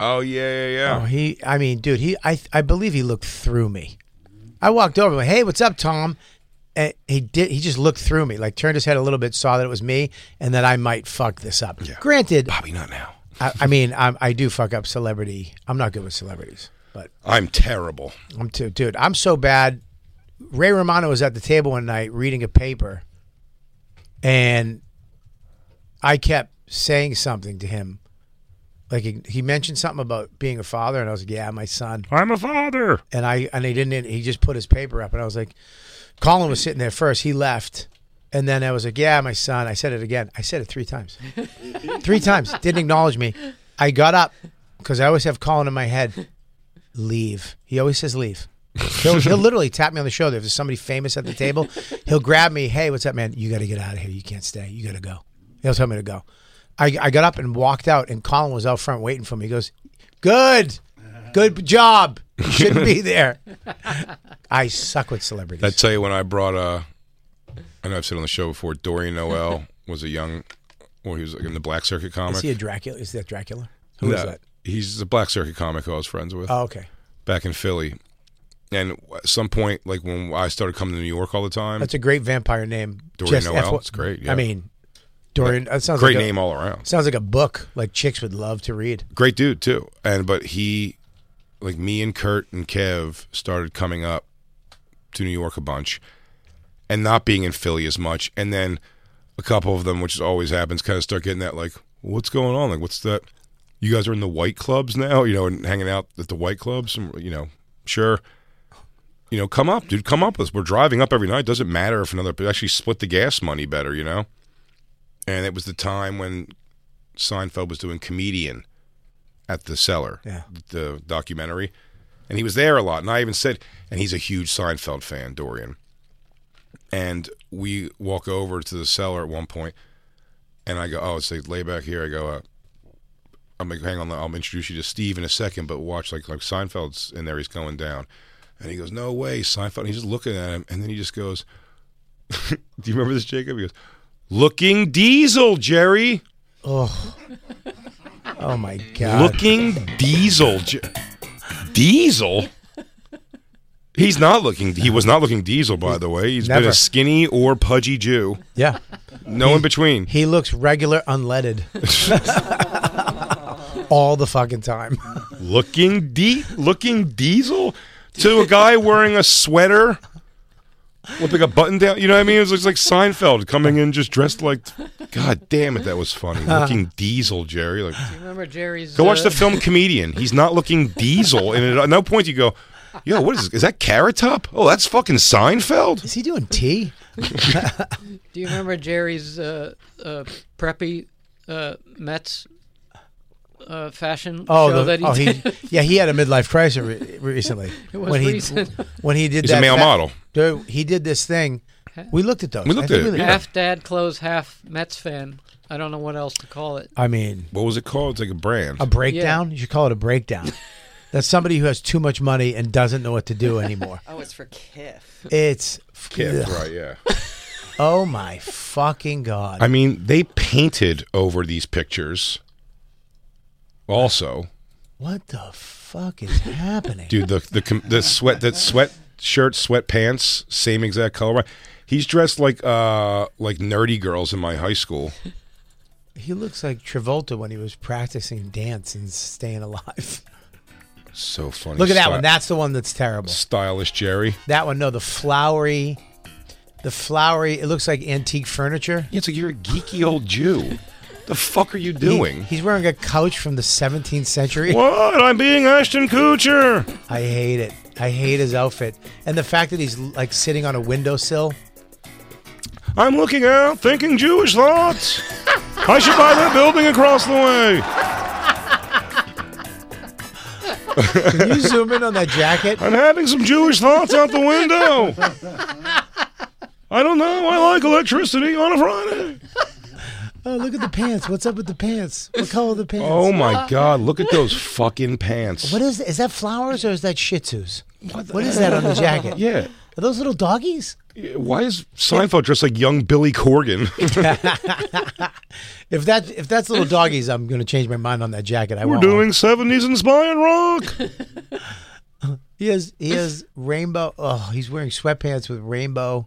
Speaker 2: Oh yeah, yeah,
Speaker 3: Oh,
Speaker 2: yeah.
Speaker 3: he, I mean, dude, he, I, I believe he looked through me. I walked over, like, hey, what's up, Tom? And he did. He just looked through me, like turned his head a little bit, saw that it was me, and that I might fuck this up. Granted,
Speaker 2: Bobby, not now.
Speaker 3: I, I mean, I'm, I do fuck up celebrity. I'm not good with celebrities, but
Speaker 2: I'm terrible.
Speaker 3: I'm too, dude. I'm so bad. Ray Romano was at the table one night reading a paper, and I kept saying something to him. Like he, he mentioned something about being a father, and I was like, "Yeah, my son."
Speaker 2: I'm a father.
Speaker 3: And I and he didn't. He just put his paper up, and I was like, "Colin was sitting there first. He left, and then I was like, "Yeah, my son." I said it again. I said it three times. three times. Didn't acknowledge me. I got up because I always have Colin in my head. Leave. He always says leave. He'll, he'll literally tap me on the shoulder if there's somebody famous at the table. He'll grab me. Hey, what's up, man? You got to get out of here. You can't stay. You got to go. He'll tell me to go. I, I got up and walked out, and Colin was out front waiting for me. He goes, "Good, good job. You Shouldn't be there." I suck with celebrities.
Speaker 2: I tell you when I brought uh I know I've said on the show before, Dorian Noel was a young well, he was like in the black circuit comic.
Speaker 3: is he a Dracula? Is that Dracula? Who is
Speaker 2: No,
Speaker 3: that?
Speaker 2: He's a black circuit comic who I was friends with.
Speaker 3: Oh, okay.
Speaker 2: back in Philly. And at some point, like when I started coming to New York all the time,
Speaker 3: That's a great vampire name.
Speaker 2: Dorian Noel, it's great, yeah.
Speaker 3: I mean, Dorian. That sounds
Speaker 2: great
Speaker 3: like a-
Speaker 2: name all around.
Speaker 3: Sounds like a book like chicks would love to read.
Speaker 2: Great dude too. And but he, like me and Kurt and Kev, started coming up to New York a bunch, and not being in Philly as much. And then a couple of them, which always happens, kind of start getting that like, what's going on? Like, what's that? you guys are in the white clubs now, you know, and hanging out at the white clubs, and, you know, sure. You know, come up, dude. Come up with us. We're driving up every night. Doesn't matter if another actually split the gas money better, you know. And it was the time when Seinfeld was doing comedian at the cellar,
Speaker 3: Yeah.
Speaker 2: the documentary, and he was there a lot. And I even said, and he's a huge Seinfeld fan, Dorian. And we walk over to the cellar at one point, and I go, "Oh, it's like lay back here." I go, uh, "I'm like, hang on, I'll introduce you to Steve in a second, but watch like like Seinfeld's in there. He's going down." And he goes, "No way, Seinfeld." And he's just looking at him, and then he just goes, "Do you remember this, Jacob?" He goes, "Looking diesel, Jerry."
Speaker 3: Oh my god.
Speaker 2: Looking diesel. J- Diesel? He's not looking. He was not looking diesel, by the way. He's been
Speaker 3: Never.
Speaker 2: a skinny or pudgy Jew.
Speaker 3: Yeah.
Speaker 2: No in between.
Speaker 3: He looks regular unleaded. All the fucking time.
Speaker 2: Looking de- looking diesel to a guy wearing a sweater with like a button down. You know what I mean? It was just like Seinfeld coming in just dressed like. God damn it, that was funny. Looking diesel, Jerry. Like,
Speaker 4: Remember Jerry's.
Speaker 2: Go watch
Speaker 4: uh,
Speaker 2: the film Comedian. He's not looking diesel, and at no point you go, "Yo, what is is that Carrot Top? Oh, that's fucking Seinfeld."
Speaker 3: Is he doing tea?
Speaker 4: Do you remember Jerry's uh, uh, preppy uh, Mets uh, fashion
Speaker 3: Oh,
Speaker 4: show
Speaker 3: the-
Speaker 4: that he
Speaker 3: oh,
Speaker 4: did?
Speaker 3: yeah, he had a midlife crisis re- recently. it
Speaker 4: was
Speaker 3: when
Speaker 4: recent.
Speaker 3: he when he did
Speaker 2: He's a
Speaker 3: that
Speaker 2: male model.
Speaker 3: Dude, he did this thing. We looked at those.
Speaker 2: We looked
Speaker 3: I think
Speaker 2: at it,
Speaker 3: looked-
Speaker 2: yeah.
Speaker 4: half dad clothes, half Mets fan. I don't know what else to call it.
Speaker 3: I mean,
Speaker 2: What was it called? It's like a brand.
Speaker 3: a breakdown. You should call it a breakdown. That's somebody who has too much money and doesn't know what to do anymore.
Speaker 5: Oh, it's for Kiff.
Speaker 3: It's
Speaker 2: Gift,
Speaker 3: ugh.
Speaker 2: right? Yeah.
Speaker 3: oh my fucking god.
Speaker 2: I mean, they painted over these pictures. Also,
Speaker 3: what the fuck is happening?
Speaker 2: dude, the the com- the sweat that sweat shirt, sweatpants, same exact color. He's dressed like uh like nerdy girls in my high school.
Speaker 3: He looks like Travolta when he was practicing dance and staying alive.
Speaker 2: So funny.
Speaker 3: Look at that
Speaker 2: Sty-
Speaker 3: one. That's the one that's terrible.
Speaker 2: stylish Jerry.
Speaker 3: That one, no, the flowery, the flowery. It looks like antique furniture.
Speaker 2: Yeah, it's like you're a geeky old Jew. the fuck are you
Speaker 3: He-
Speaker 2: doing?
Speaker 3: he's wearing a couch from the 17th century.
Speaker 2: What? I'm being Ashton Kutcher.
Speaker 3: I hate it. I hate his outfit and the fact that he's like sitting on a windowsill.
Speaker 2: I'm looking out, thinking Jewish thoughts. I should buy that building across the way.
Speaker 3: Can you zoom in on that jacket?
Speaker 2: I'm having some Jewish thoughts out the window. I don't know. I like electricity on a Friday.
Speaker 3: Oh, look at the pants. What's up with the pants? What color are the pants?
Speaker 2: Oh my God! Look at those fucking pants.
Speaker 3: What is is that flowers or is that Shih Tzus? what is that on the jacket?
Speaker 2: Yeah.
Speaker 3: Are those little doggies?
Speaker 2: Why is Seinfeld dressed like young Billy Corgan?
Speaker 3: If that if that's little doggies, I'm gonna change my mind on that jacket. I
Speaker 2: We're
Speaker 3: want one.
Speaker 2: doing '70s inspired rock.
Speaker 3: He has he has rainbow. Oh, he's wearing sweatpants with rainbow.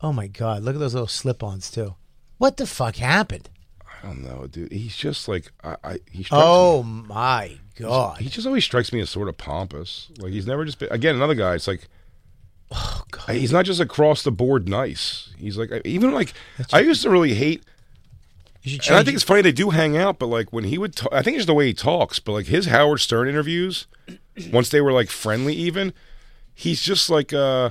Speaker 3: Oh my god! Look at those little slip-ons too. What the fuck happened?
Speaker 2: I don't know, dude. He's just like I. I he strikes
Speaker 3: Oh my god!
Speaker 2: He just always strikes me as sort of pompous. Like he's never just been again another guy. It's like he's not just across the board nice. He's like even like I used to really hate.
Speaker 3: You should
Speaker 2: And I
Speaker 3: change.
Speaker 2: think it's funny they do hang out, but like when he would, ta- I think it's the way he talks. But like his Howard Stern interviews, once they were like friendly, even he's just like uh,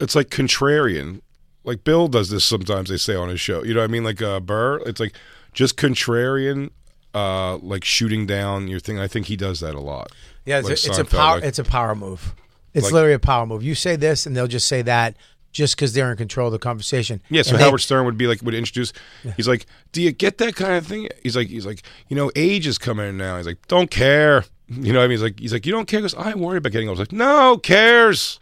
Speaker 2: it's like contrarian. Like Bill does this sometimes. They say on his show, you know what I mean? Like uh, Burr, it's like just contrarian. Uh, like shooting down your thing. I think he does that a lot.
Speaker 3: yeah, it's,
Speaker 2: like
Speaker 3: a, it's a
Speaker 2: Seinfeld,
Speaker 3: power.
Speaker 2: like-
Speaker 3: it's a power move. It's
Speaker 2: Like-
Speaker 3: literally a power move. You say this, and they'll just say that, just because they're in control of the conversation.
Speaker 2: Yeah, so
Speaker 3: And they-
Speaker 2: Howard Stern would be like would introduce. He's like, "Do you get that kind of thing?" He's like, "He's like, you know, age is coming in now." He's like, "Don't care." You know what I mean? He's like, "He's like, you don't care because I worry about getting old." I was like, "No, who cares?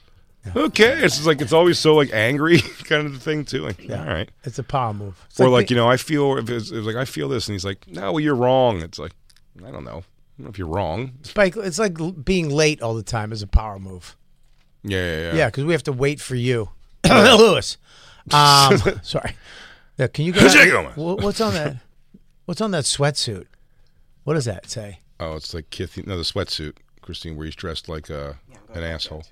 Speaker 2: Who cares?" It's like it's always so like angry kind of thing too. Like, all right,
Speaker 3: it's a power move. It's
Speaker 2: or like
Speaker 3: the-
Speaker 2: you know, I feel if it's, it's like I feel this, and he's like, "No, well, you're wrong." It's like I don't know. I don't know if you're wrong.
Speaker 3: Spike. It's like l- being late all the time is a power move.
Speaker 2: Yeah, yeah, yeah.
Speaker 3: Yeah, because we have to wait for you, Lewis. Um, sorry. Yeah, can you go?
Speaker 2: How's that going?
Speaker 3: Wha- what's on that? What's on that sweatsuit? What does that say?
Speaker 2: Oh, it's like Kith- no, the sweatsuit, Christine, where he's dressed like uh, an asshole.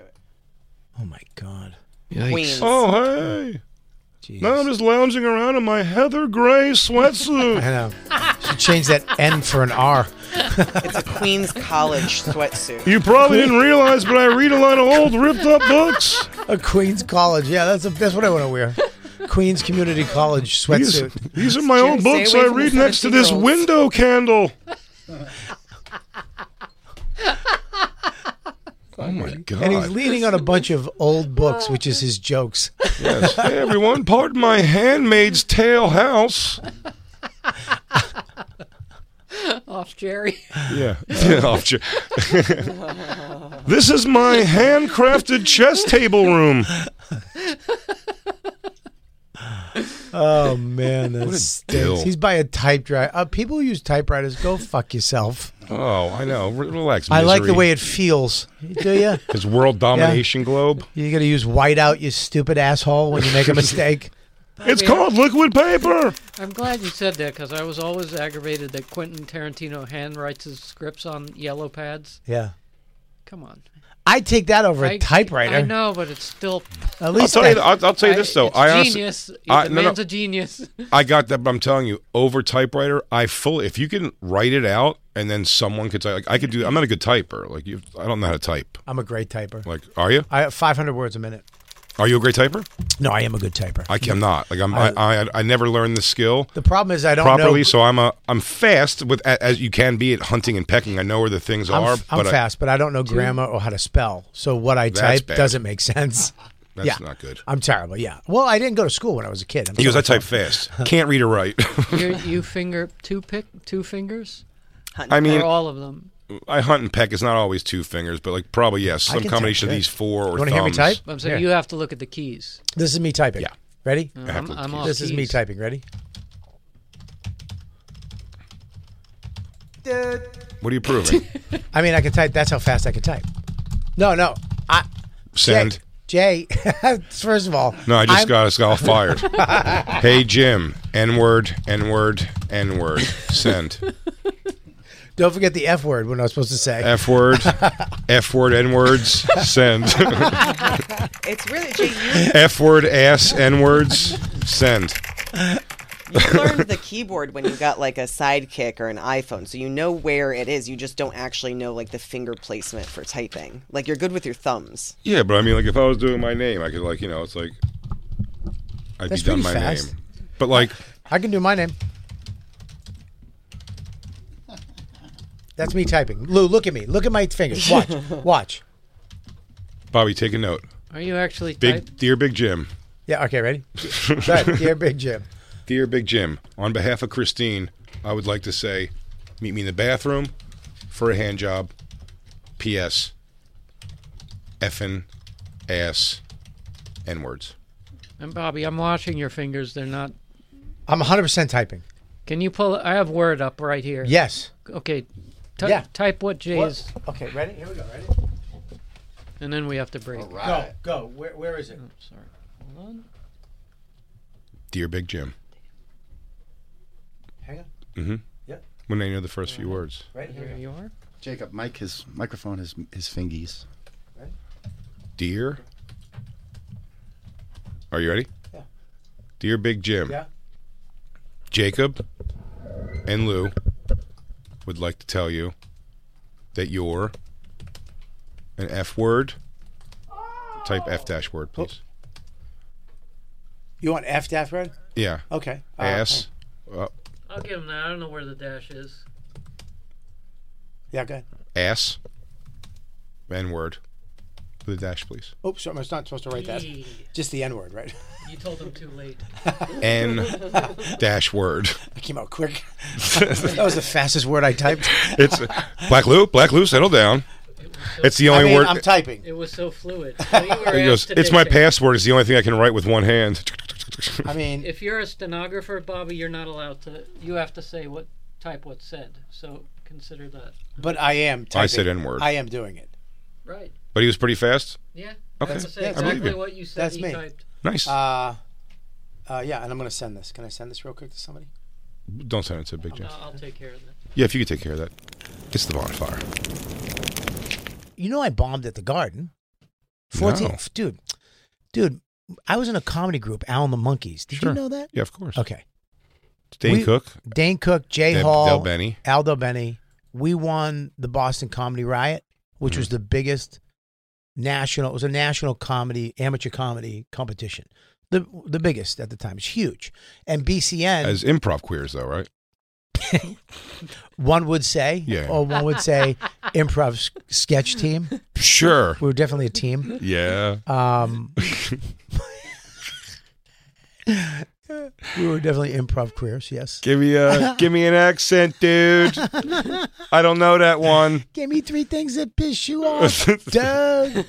Speaker 3: Oh my god.
Speaker 5: Queens.
Speaker 2: Oh hey.
Speaker 3: Jeez.
Speaker 2: Now I'm just lounging around in my Heather Gray sweatsuit.
Speaker 3: I know. Change that N for an R.
Speaker 5: It's a Queens College sweatsuit.
Speaker 2: You probably didn't realize, but I read a lot of old ripped up books.
Speaker 3: A Queens College. Yeah, that's a, that's what I want to wear. Queens Community College
Speaker 2: These,
Speaker 3: sweatsuit.
Speaker 2: these are my
Speaker 5: Jim,
Speaker 2: old
Speaker 5: stay
Speaker 2: books
Speaker 5: away
Speaker 2: I
Speaker 5: from the
Speaker 2: read next to this
Speaker 5: 17-year-olds.
Speaker 2: window candle. oh my god.
Speaker 3: And he's leaning on a bunch of old books, which is his jokes.
Speaker 2: Yes. Hey everyone, pardon my handmaid's tale house.
Speaker 4: Off Jerry.
Speaker 2: Yeah. Yeah, off cha- this is my handcrafted chess table room.
Speaker 3: Oh man, that stinks.
Speaker 2: dill.
Speaker 3: He's by a typewriter. Uh, people who use typewriters, go fuck yourself.
Speaker 2: Oh, I know. Re- relax.
Speaker 3: I like the
Speaker 2: misery.
Speaker 3: way it feels. Do you?
Speaker 2: his world domination globe.
Speaker 3: You gotta use whiteout, you stupid asshole, when you make a mistake.
Speaker 2: It's called liquid paper.
Speaker 4: I'm glad you said that because I was always aggravated that Quentin Tarantino hand writes his scripts on yellow pads.
Speaker 3: Yeah.
Speaker 4: Come on.
Speaker 3: I'd take that over a
Speaker 4: I-
Speaker 3: typewriter.
Speaker 4: I know, but it's still.
Speaker 3: At
Speaker 2: I'll
Speaker 3: least
Speaker 2: tell you.
Speaker 3: that-
Speaker 2: I'll, I'll tell you this though.
Speaker 4: it's
Speaker 2: I honestly,
Speaker 4: genius. He's
Speaker 2: I-
Speaker 4: a
Speaker 2: no, no.
Speaker 4: man's a genius.
Speaker 2: I got that, but I'm telling you, over typewriter, I fully. If you can write it out, and then someone could type. Like, I could do. I'm not a good typer. Like you, I don't know how to type.
Speaker 3: I'm a great typer.
Speaker 2: Like, are you?
Speaker 3: I have 500 words a minute.
Speaker 2: Are you a great typer?
Speaker 3: No, I am a good typer.
Speaker 2: I can, I'm not. Like I'm. I, I, I, never learned the skill
Speaker 3: the problem is I don't
Speaker 2: properly,
Speaker 3: know.
Speaker 2: so I'm a. I'm fast with a- as you can be at hunting and pecking. I know where the things
Speaker 3: I'm,
Speaker 2: are.
Speaker 3: f- I'm
Speaker 2: but I-
Speaker 3: fast, but I don't know grammar or how to spell. So what I
Speaker 2: That's
Speaker 3: type
Speaker 2: bad.
Speaker 3: doesn't make sense.
Speaker 2: that's
Speaker 3: yeah.
Speaker 2: not good.
Speaker 3: I'm terrible. Yeah. Well, I didn't go to school when I was a kid. I'm
Speaker 2: He goes. I
Speaker 3: sorry.
Speaker 2: type fast. Can't read or write.
Speaker 4: you, you finger two pick two fingers
Speaker 2: I mean,
Speaker 4: or all of them.
Speaker 2: I hunt and peck. It's not always two fingers, but like probably yes,
Speaker 3: I can
Speaker 2: some
Speaker 3: type
Speaker 2: combination of
Speaker 3: good.
Speaker 2: these four or.
Speaker 3: You wanna hear me
Speaker 2: thumbs.
Speaker 3: type?
Speaker 4: But I'm saying
Speaker 3: Here.
Speaker 4: you have to look at the keys.
Speaker 3: This is me typing.
Speaker 2: Yeah.
Speaker 3: Ready?
Speaker 2: I have
Speaker 4: I'm,
Speaker 2: to look
Speaker 4: I'm
Speaker 2: at
Speaker 4: off
Speaker 3: This is me
Speaker 4: keys.
Speaker 3: typing. Ready?
Speaker 2: What are you proving?
Speaker 3: I mean, I can type. That's how fast I can type. No, no. I
Speaker 2: Send.
Speaker 3: Jay. Jay, first of all,
Speaker 2: No, I just
Speaker 3: I'm-
Speaker 2: got us all fired. hey Jim, N word, N word, N word. Send.
Speaker 3: Don't forget the F word when I was supposed to say.
Speaker 2: F word, F word, N words. Send.
Speaker 5: It's really Jay. You,
Speaker 2: F word, ass, N words. Send.
Speaker 5: you learned the keyboard when you got like a sidekick or an iPhone, so you know where it is. You just don't actually know like the finger placement for typing. Like you're good with your thumbs.
Speaker 2: Yeah, but I mean, like if I was doing my name, I could like you know, it's like I'd
Speaker 3: That's
Speaker 2: be done
Speaker 3: pretty
Speaker 2: my
Speaker 3: fast.
Speaker 2: name. But like,
Speaker 3: I can do my name. That's me typing. Lou, look at me. Look at my fingers. Watch. Watch.
Speaker 2: Bobby, take a note.
Speaker 4: Are you actually
Speaker 2: Big,
Speaker 4: type?
Speaker 2: dear Big Jim,
Speaker 3: Yeah, okay, ready? Good. Dear Big Jim.
Speaker 2: dear Big Jim, on behalf of Christine, I would like to say, meet me in the bathroom for a hand job. P.S. Effing ass N words.
Speaker 4: And Bobby, I'm watching your fingers. They're not.
Speaker 3: I'm 100% typing.
Speaker 4: Can you pull? I have Word up right here.
Speaker 3: Yes.
Speaker 4: Okay. Ty-
Speaker 3: Yeah.
Speaker 4: Type what Jay is,
Speaker 3: Okay, ready? Here we go. Ready?
Speaker 4: and then we have to break.
Speaker 3: Go, go. Where, where is it?
Speaker 4: Sorry. Hold on.
Speaker 2: Dear Big Jim.
Speaker 3: Hang on.
Speaker 2: When I know the first few words.
Speaker 3: Right here.
Speaker 4: There you are.
Speaker 9: Jacob, Mike, his microphone, his his fingies.
Speaker 2: Dear. Are you ready? Yeah. Dear Big Jim.
Speaker 3: Yeah.
Speaker 2: Jacob and Lou would like to tell you that you're an F word. Type F dash word,
Speaker 3: Oh.
Speaker 2: please.
Speaker 3: You want F dash word?
Speaker 2: Yeah.
Speaker 3: Okay. Uh,
Speaker 2: Ass. Uh,
Speaker 4: I'll give him that. I don't know where the dash is.
Speaker 3: Yeah, go ahead.
Speaker 2: ass. N word. With a dash, please.
Speaker 3: Oops, I'm not supposed to write that.
Speaker 4: Yee.
Speaker 3: Just the N word, right?
Speaker 4: E. You told him too late.
Speaker 2: N dash word.
Speaker 3: I came out quick. that was the fastest word I typed.
Speaker 2: It's Black Lou, Black Lou, settle down. It's the
Speaker 3: I
Speaker 2: only
Speaker 3: mean,
Speaker 2: word.
Speaker 3: I'm typing.
Speaker 4: It was so fluid. Well, you were
Speaker 2: He goes,
Speaker 4: asked to
Speaker 2: it's my
Speaker 4: dictate.
Speaker 2: password. It's the only thing I can write with one hand.
Speaker 3: I mean,
Speaker 4: If you're a stenographer, Bobby, you're not allowed to. You have to say what type what's said. So consider that.
Speaker 3: but I am typing.
Speaker 2: I said N word.
Speaker 3: I am doing it.
Speaker 4: Right.
Speaker 2: But he was pretty fast.
Speaker 4: Yeah.
Speaker 2: Okay.
Speaker 4: That's,
Speaker 3: Yeah, I believe
Speaker 4: exactly
Speaker 2: you.
Speaker 4: what you said
Speaker 3: That's
Speaker 4: he
Speaker 3: me.
Speaker 4: typed.
Speaker 2: Nice.
Speaker 3: Uh, uh, yeah, and I'm gonna send this. Can I send this real quick to somebody?
Speaker 2: Don't send it to Big Jim.
Speaker 4: No, I'll take care of that.
Speaker 2: Yeah, if you could take care of that. It's the bonfire.
Speaker 3: You know, I bombed at the Garden. Fourteen,
Speaker 2: No.
Speaker 3: dude, dude. I was in a comedy group, Al and the Monkeys. Did
Speaker 2: Sure.
Speaker 3: you know that?
Speaker 2: Yeah, of course.
Speaker 3: Okay.
Speaker 1: Dane
Speaker 3: We-
Speaker 1: Cook.
Speaker 3: Dane Cook, Jay
Speaker 1: Del-
Speaker 3: Hall,
Speaker 1: Del Benny.
Speaker 3: Aldo Benny. We won the Boston Comedy Riot, which
Speaker 1: Hmm.
Speaker 3: was the biggest national. It was a national comedy, amateur comedy competition, the the biggest at the time. It's huge, and BCN,
Speaker 2: As improv queers, though, right?
Speaker 3: one would say,
Speaker 2: Yeah.
Speaker 3: or one would say, improv s- sketch team.
Speaker 1: Sure.
Speaker 3: We were definitely a team.
Speaker 2: Yeah.
Speaker 3: Um, we were definitely improv queers. Yes,
Speaker 1: Give me a give me an accent, dude. I don't know that one.
Speaker 3: give me three things that piss you off, Doug.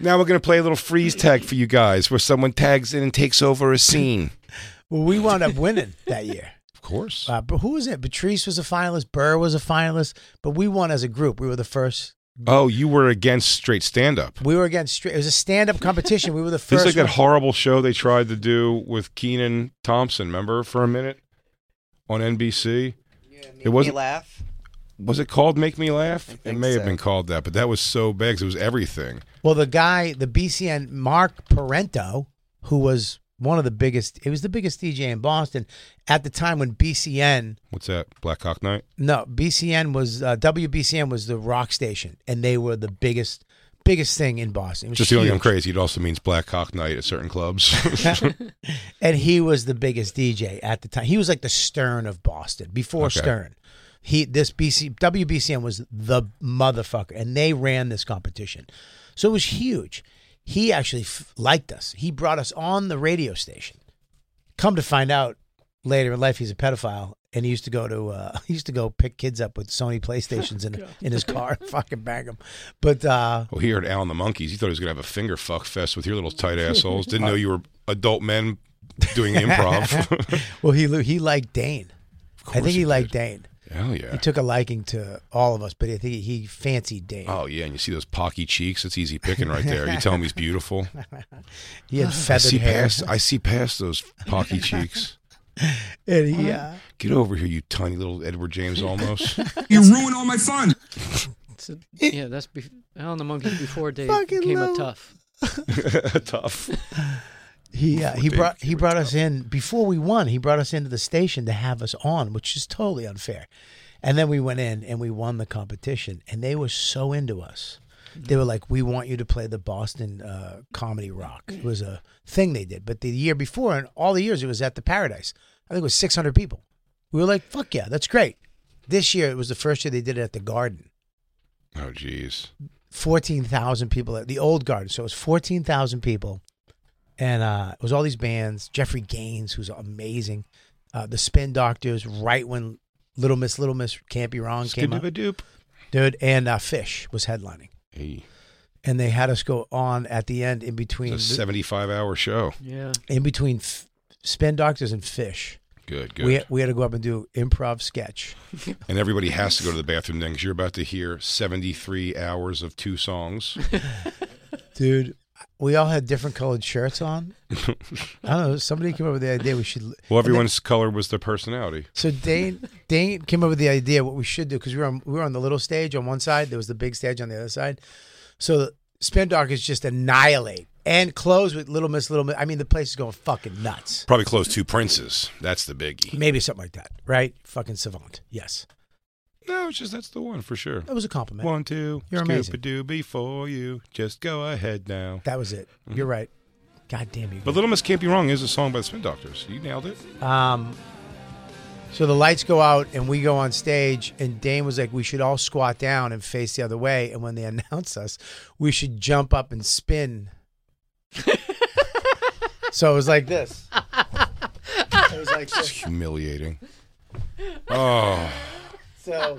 Speaker 1: Now we're gonna play a little freeze tag for you guys, where someone tags in and takes over a scene.
Speaker 3: Well, we wound up winning that year.
Speaker 2: Of course.
Speaker 3: Uh, but who was it? Patrice was a finalist. Burr was a finalist. But we won as a group. We were the first.
Speaker 1: Oh, you were against straight stand up.
Speaker 3: We were against. stra- It was a stand-up competition. We were the
Speaker 2: This
Speaker 3: first.
Speaker 2: is like that
Speaker 3: one.
Speaker 2: horrible show they tried to do with Keenan Thompson, remember, for a minute on NBC? It
Speaker 5: Me
Speaker 2: wasn't.
Speaker 5: laugh.
Speaker 2: Was it called "Make Me Laugh"? It
Speaker 5: think
Speaker 2: may have
Speaker 5: so.
Speaker 2: been called that, but that was so bad 'cause it was everything.
Speaker 3: well, the guy, the BCN Mark Parento, who was one of the biggest. It was the biggest DJ in Boston at the time when BCN.
Speaker 2: What's that? Black Hawk Night.
Speaker 3: No, BCN was uh, WBCN was the rock station, and they were the biggest, biggest thing in Boston. It was
Speaker 2: Just feeling I'm
Speaker 3: huge.
Speaker 2: crazy. It also means Black Hawk Night at certain clubs.
Speaker 3: and he was the biggest DJ at the time. He was like the Stern of Boston before
Speaker 2: Okay.
Speaker 3: Stern. He this BC WBCN was the motherfucker, and they ran this competition, so it was huge. He actually f- liked us. He brought us on the radio station. Come to find out later in life, he's a pedophile, and he used to go to uh, he used to go pick kids up with Sony PlayStations in in his car, and fucking bang them. But uh,
Speaker 2: well, he heard Alan the Monkeys. He thought he was gonna have a finger fuck fest with your little tight assholes. Didn't know you were adult men doing improv.
Speaker 3: well, he he liked Dane. I think
Speaker 2: course
Speaker 3: he,
Speaker 2: he
Speaker 3: liked Dane.
Speaker 2: Hell yeah.
Speaker 3: He took a liking to all of us, but I think he fancied Dane.
Speaker 2: Oh yeah, and you see those pocky cheeks. It's easy picking right there. You tell him he's beautiful.
Speaker 3: He had
Speaker 2: I
Speaker 3: feathered
Speaker 2: see
Speaker 3: hair.
Speaker 2: past. I see past those pocky cheeks.
Speaker 3: And he, uh,
Speaker 2: Get over here, you tiny little Edward James. Almost.
Speaker 10: You ruin all my fun.
Speaker 4: It's a- yeah, that's be- Alan the Monkey before Dave
Speaker 3: Fucking
Speaker 4: became
Speaker 3: love-
Speaker 4: a tough.
Speaker 2: Tough.
Speaker 3: he, uh, he brought he brought us in before we won. He brought us into the station to have us on, which is totally unfair. And then we went in and we won the competition, and they were so into us. They were like, "We want you to play the Boston uh, Comedy Rock." It was a thing they did. But the year before, and all the years, it was at the Paradise. I think it was 600 people. We were like, "Fuck yeah, that's great." This year, it was the first year they did it at the Garden.
Speaker 2: Oh jeez.
Speaker 3: fourteen thousand people at the old garden. So it was fourteen thousand people, and uh, it was all these bands. Jeffrey Gaines, who's amazing, uh, the Spin Doctors, right when Little Miss Little Miss Can't Be Wrong came out,
Speaker 2: Skip-a-doop.
Speaker 3: dude, and uh, Fish was headlining,
Speaker 2: Hey,
Speaker 3: and they had us go on at the end in between
Speaker 2: it's a 75 hour show.
Speaker 4: Yeah.
Speaker 3: in between f- Spin Doctors and Fish.
Speaker 2: Good, good.
Speaker 3: We we had to go up and do improv sketch.
Speaker 2: and everybody has to go to the bathroom then because you're about to hear 73 hours of two songs.
Speaker 3: dude. We all had different colored shirts on. I don't know. Somebody came up with the idea we should.
Speaker 2: Well, everyone's color was their personality.
Speaker 3: So Dane Dane came up with the idea what we should do because we were on, we were on the little stage on one side, there was the big stage on the other side. So the spin doctors just annihilate and close with Little Miss Little Miss. I mean, the place is going fucking nuts.
Speaker 2: Probably close two princes. That's the biggie.
Speaker 3: Maybe something like that, right? Fucking savant. Yes,
Speaker 2: No, it's just that's the one for sure.
Speaker 3: that was a compliment.
Speaker 2: One, two,
Speaker 3: Oh, You're amazing.
Speaker 2: doobie for you. Just go ahead now.
Speaker 3: that was it. You're right. God damn you.
Speaker 2: But Little Miss Can't Be Wrong is a song by the Spin Doctors. You nailed it.
Speaker 3: Um, so the lights go out and we go on stage, and Dane was like, "We should all squat down and face the other way, and when they announce us, we should jump up and spin." so it was like this. It was like
Speaker 2: It's
Speaker 3: this.
Speaker 2: humiliating. Oh,
Speaker 3: So.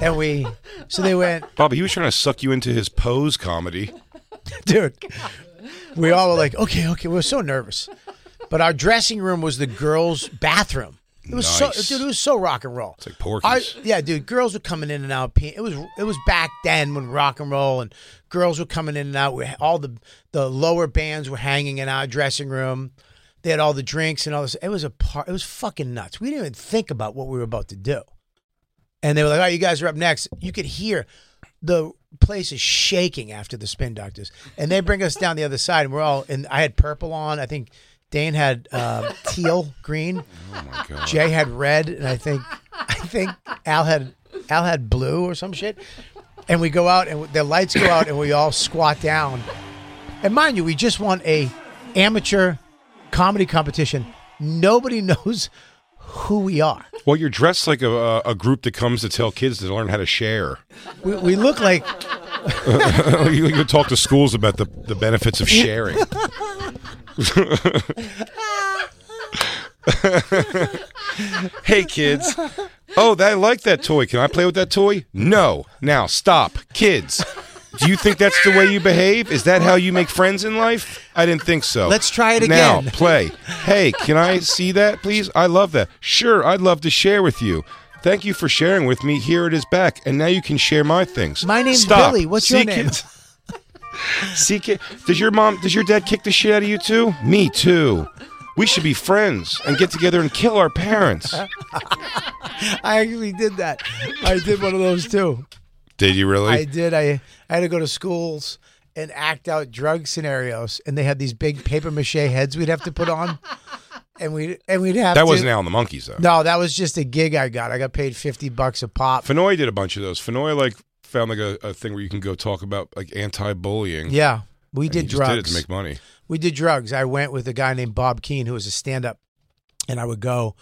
Speaker 3: And we, so they went,
Speaker 2: Bobby, he was trying to suck you into his pose comedy.
Speaker 3: dude. We all were like, okay, okay. We were so nervous, but our dressing room was the girls' bathroom. It was
Speaker 2: Nice.
Speaker 3: so, dude. It was so rock and roll.
Speaker 2: It's like Porky's.
Speaker 3: Our- yeah, dude. Girls were coming in and out. pe- It was it was back then when rock and roll and girls were coming in and out. We, all the the lower bands were hanging in our dressing room. They had all the drinks and all this. It was a part. It was fucking nuts. We didn't even think about what we were about to do. And they were like, "All right, you guys are up next." You could hear the place is shaking after the spin doctors, and they bring us down the other side, and we're all. And I had purple on. I think Dane had uh, teal green.
Speaker 2: Oh my god.
Speaker 3: Jay had red, and I think I think Al had Al had blue or some shit. And we go out, and the lights go out, and we all squat down. And mind you, we just won a amateur comedy competition. Nobody knows who we are.
Speaker 2: Well, you're dressed like a, a- a group that comes to tell kids to learn how to share.
Speaker 3: We, we look like
Speaker 2: you, you talk to schools about the, the benefits of sharing. hey, kids. Oh, that, I like that toy. Can I play with that toy? No. Now, stop. Kids, do you think that's the way you behave? Is that how you make friends in life? I didn't think so.
Speaker 3: Let's try it
Speaker 2: Now,
Speaker 3: again.
Speaker 2: play. Hey, can I see that, please? I love that. Sure, I'd love to share with you. Thank you for sharing with me. Here it is back, and now you can share my things.
Speaker 3: My name's
Speaker 2: Stop.
Speaker 3: Billy. What's your
Speaker 2: See,
Speaker 3: name?
Speaker 2: kids- See, kid, does your mom, does your dad kick the shit out of you too? Me too. We should be friends and get together and kill our parents.
Speaker 3: I actually did that. I did one of those too.
Speaker 2: Did you really?
Speaker 3: I did. I I had to go to schools and act out drug scenarios, and they had these big paper mache heads we'd have to put on, and we and we'd have
Speaker 2: that
Speaker 3: to-
Speaker 2: wasn't Al and the Monkeys though.
Speaker 3: No, that was just a gig I got. I got paid fifty bucks a pop.
Speaker 2: Fenoy did a bunch of those. Fenoy like found like a, a thing where you can go talk about like anti-bullying.
Speaker 3: Yeah, we
Speaker 2: and
Speaker 3: did
Speaker 2: he just
Speaker 3: drugs.
Speaker 2: Did it to make money.
Speaker 3: we did drugs. I went with a guy named Bob Keene, who was a stand-up, and I would go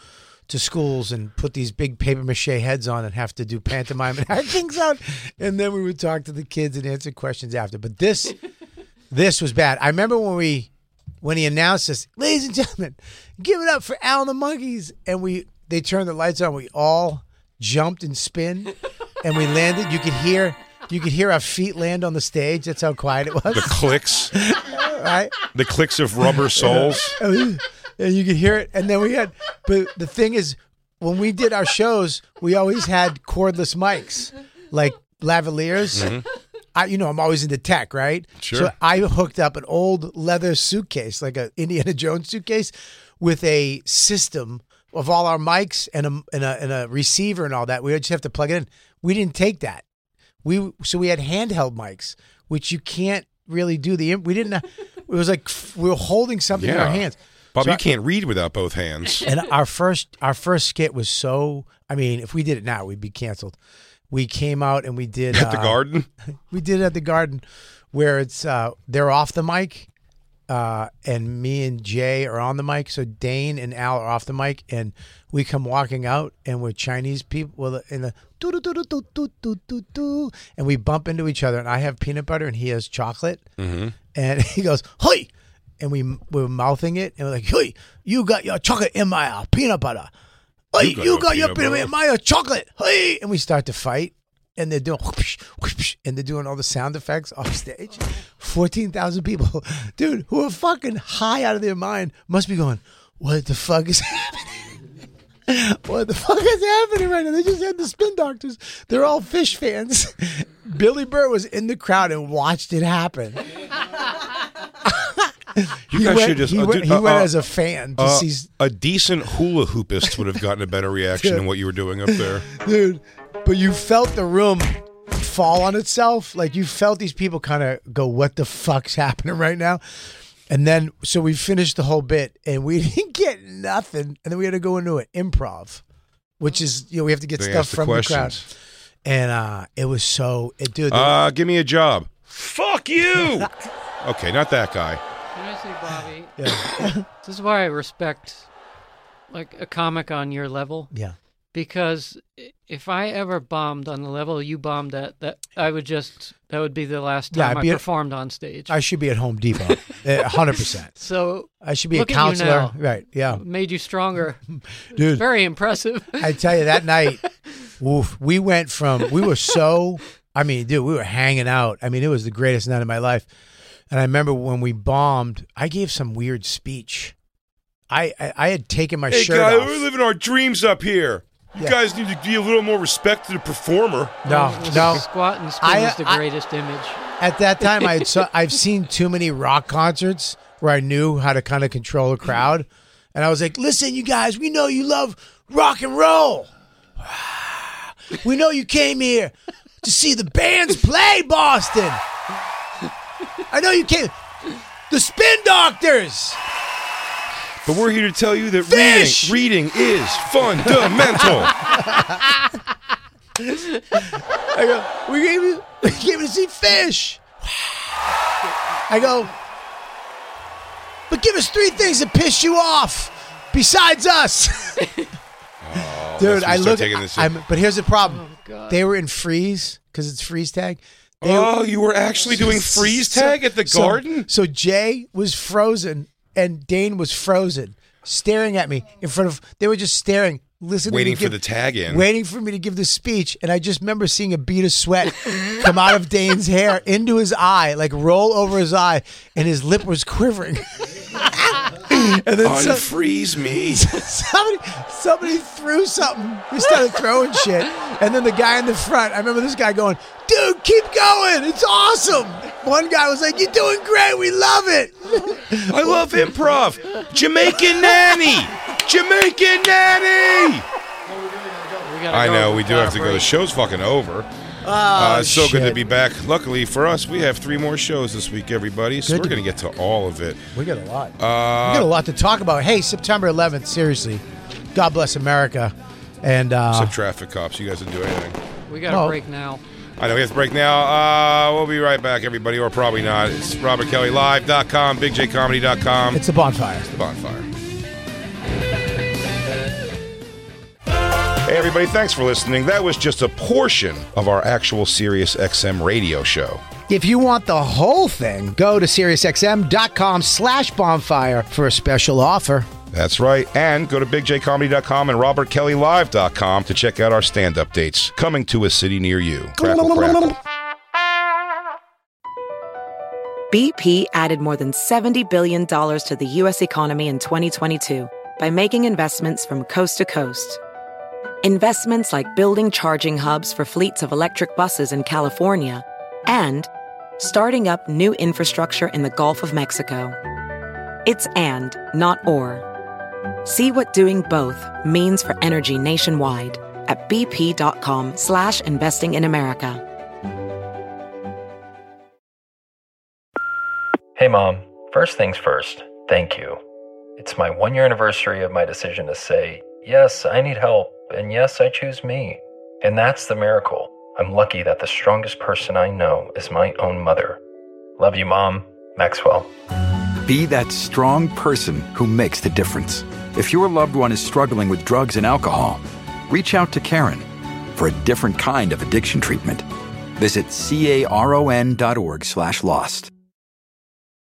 Speaker 3: to schools and put these big paper mache heads on and have to do pantomime and act things out, and then we would talk to the kids and answer questions after. But this, this was bad. I remember when we, when he announced this, ladies and gentlemen, give it up for Al and the Monkeys, and we they turned the lights on. We all jumped and spin, and we landed. You could hear. You could hear our feet land on the stage. That's how quiet it
Speaker 2: The
Speaker 3: was,
Speaker 2: clicks,
Speaker 3: right?
Speaker 2: the clicks of rubber soles.
Speaker 3: and you could hear it. And then we had, but the thing is, when we did our shows, we always had cordless mics, like lavaliers. I, you know, I'm always into tech, right?
Speaker 2: Mm-hmm. Sure.
Speaker 3: So I hooked up an old leather suitcase, like a Indiana Jones suitcase, with a system of all our mics and a and a, and a receiver and all that. We would just have to plug it in. We didn't take that. We so we had handheld mics, which you can't really do the. We didn't. It was like f- we were holding something in our
Speaker 2: Yeah.
Speaker 3: hands.
Speaker 2: Bob,
Speaker 3: So
Speaker 2: you
Speaker 3: I-
Speaker 2: can't read without both hands.
Speaker 3: and our first our first skit was so. I mean, if we did it now, we'd be canceled. We came out and we did
Speaker 2: At the
Speaker 3: uh,
Speaker 2: garden,
Speaker 3: We did it at the garden, where it's uh, they're off the mic, uh, and me and Jay are on the mic. So Dane and Al are off the mic, and we come walking out, and we're Chinese people. Well, in the doo doo doo doo doo doo doo doo doo, and we bump into each other, and I have peanut butter, and he has chocolate, and he goes, "Hey." And we we're mouthing it, and we're like, "Hey, you got your chocolate in my uh, peanut butter. Hey, you got, your peanut butter in my uh, chocolate. Hey!" And we start to fight, and they're doing whoopsh, whoopsh, and they're doing all the sound effects off stage. Fourteen thousand people, dude, who are fucking high out of their mind, must be going, "What the fuck is happening? what the fuck is happening right now?" They just had the spin doctors. They're all fish fans. Billy Burr was in the crowd and watched it happen.
Speaker 2: you
Speaker 3: He
Speaker 2: guys
Speaker 3: went,
Speaker 2: should just.
Speaker 3: he
Speaker 2: uh,
Speaker 3: went,
Speaker 2: dude,
Speaker 3: he
Speaker 2: uh,
Speaker 3: went
Speaker 2: uh,
Speaker 3: as a fan to
Speaker 2: uh,
Speaker 3: see,
Speaker 2: a decent hula hoopist would have gotten a better reaction than what you were doing up there.
Speaker 3: dude. But you felt the room fall on itself. Like you felt these people kind of go, "What the fuck's happening right now?" And then, so we finished the whole bit, and we didn't get nothing. And then we had to go into an improv, which is you know we have to get
Speaker 2: They
Speaker 3: stuff
Speaker 2: asked the
Speaker 3: from the crowd.
Speaker 2: questions.
Speaker 3: And uh it was so, it, dude.
Speaker 2: Uh, give me a job. Fuck you. okay, not that guy.
Speaker 4: Can I say, Bobby?
Speaker 3: Yeah.
Speaker 4: this is why I respect like a comic on your level
Speaker 3: yeah,
Speaker 4: because i- if I ever bombed on the level you bombed at, that I would just that would be the last
Speaker 3: Yeah,
Speaker 4: time
Speaker 3: I'd be
Speaker 4: I
Speaker 3: a-
Speaker 4: performed on stage.
Speaker 3: I should be at Home Depot, eh, hundred percent.
Speaker 4: so
Speaker 3: I should be
Speaker 4: Look
Speaker 3: a
Speaker 4: at you
Speaker 3: counselor,
Speaker 4: now.
Speaker 3: right? Yeah,
Speaker 4: made you stronger.
Speaker 3: dude.
Speaker 4: Very impressive.
Speaker 3: I tell you that night, oof, we went from we were so I mean, dude, we were hanging out. I mean, it was the greatest night of my life. And I remember when we bombed, I gave some weird speech. I I, I had taken my
Speaker 2: Hey,
Speaker 3: shirt
Speaker 2: guy,
Speaker 3: off.
Speaker 2: we're living our dreams up here. You
Speaker 3: Yeah.
Speaker 2: guys need to be a little more respect to the performer.
Speaker 3: no, no.
Speaker 4: Squat and spin
Speaker 3: I-
Speaker 4: is the
Speaker 3: I-
Speaker 4: greatest image.
Speaker 3: At that time, I had so, I've seen too many rock concerts where I knew how to kind of control a crowd, and I was like, "Listen, you guys, we know you love rock and roll. We know you came here to see the bands play Boston. I know you came, the Spin Doctors.
Speaker 2: But we're here to tell you that reading reading is fundamental.
Speaker 3: I go, we came, to, we came to see fish. I go, but give us three things that piss you off besides us. Dude,
Speaker 2: Oh, when
Speaker 3: I
Speaker 2: you start
Speaker 3: look.
Speaker 2: taking this
Speaker 3: I- I'm- but here's the problem. they were in freeze because it's freeze tag. They
Speaker 2: oh, you were actually doing freeze tag at the
Speaker 3: so-
Speaker 2: garden?
Speaker 3: So Jay was frozen and Dane was frozen, staring at me in front of. They were just staring, listening,
Speaker 2: Waiting
Speaker 3: to
Speaker 2: for
Speaker 3: give,
Speaker 2: the tag in.
Speaker 3: waiting for me to give the speech. And I just remember seeing a bead of sweat come out of Dane's hair into his eye, like roll over his eye, and his lip was quivering. and then so-
Speaker 2: Unfreeze me.
Speaker 3: somebody somebody threw something. We started throwing shit. And then the guy in the front, I remember this guy going, dude, keep going. It's awesome. One guy was like, You're doing great, we love it.
Speaker 2: I love improv. Jamaican nanny. Jamaican nanny.
Speaker 11: We gotta
Speaker 2: I
Speaker 11: go.
Speaker 2: know we do
Speaker 11: gotta
Speaker 2: have to go. The
Speaker 11: break.
Speaker 2: show's fucking over. uh, it's so good to
Speaker 3: Oh, shit.
Speaker 2: be back. Luckily for us, we have three more shows this week, everybody. So
Speaker 3: Good
Speaker 2: we're
Speaker 3: to
Speaker 2: going to get to all of it.
Speaker 3: We got a lot. we got a
Speaker 2: Uh,
Speaker 3: lot to talk about. Hey, September eleventh, seriously. God bless America. And uh,
Speaker 2: some traffic cops. You guys didn't do anything.
Speaker 11: We gotta
Speaker 3: No.
Speaker 11: break now.
Speaker 2: I know we have to break now. Uh, we'll be right back, everybody, or probably not. It's RobertKellyLive.com, BigJComedy.com.
Speaker 3: it's a bonfire.
Speaker 2: bonfire. Hey, everybody, thanks for listening. That was just a portion of our actual Sirius XM radio show.
Speaker 3: If you want the whole thing, go to SiriusXM.com slash bonfire for a special offer.
Speaker 2: That's right. And go to bigjcomedy.com and robertkellylive.com to check out our stand up dates coming to a city near you. Crackle, crackle.
Speaker 6: BP added more than $70 billion to the U.S. economy in 2022 by making investments from coast to coast. Investments like building charging hubs for fleets of electric buses in California and starting up new infrastructure in the Gulf of Mexico. It's and, not or. See what doing both means for energy nationwide at bp.com slash investing in America.
Speaker 4: Hey, Mom. First things first, thank you. It's my one year anniversary of my decision to say, yes, I need help, and yes, I choose me. And that's the miracle. I'm lucky that the strongest person I know is my own mother. Love you, Mom. Maxwell.
Speaker 8: Be that strong person who makes the difference. If your loved one is struggling with drugs and alcohol, reach out to Karen for a different kind of addiction treatment. Visit caron.org/lost.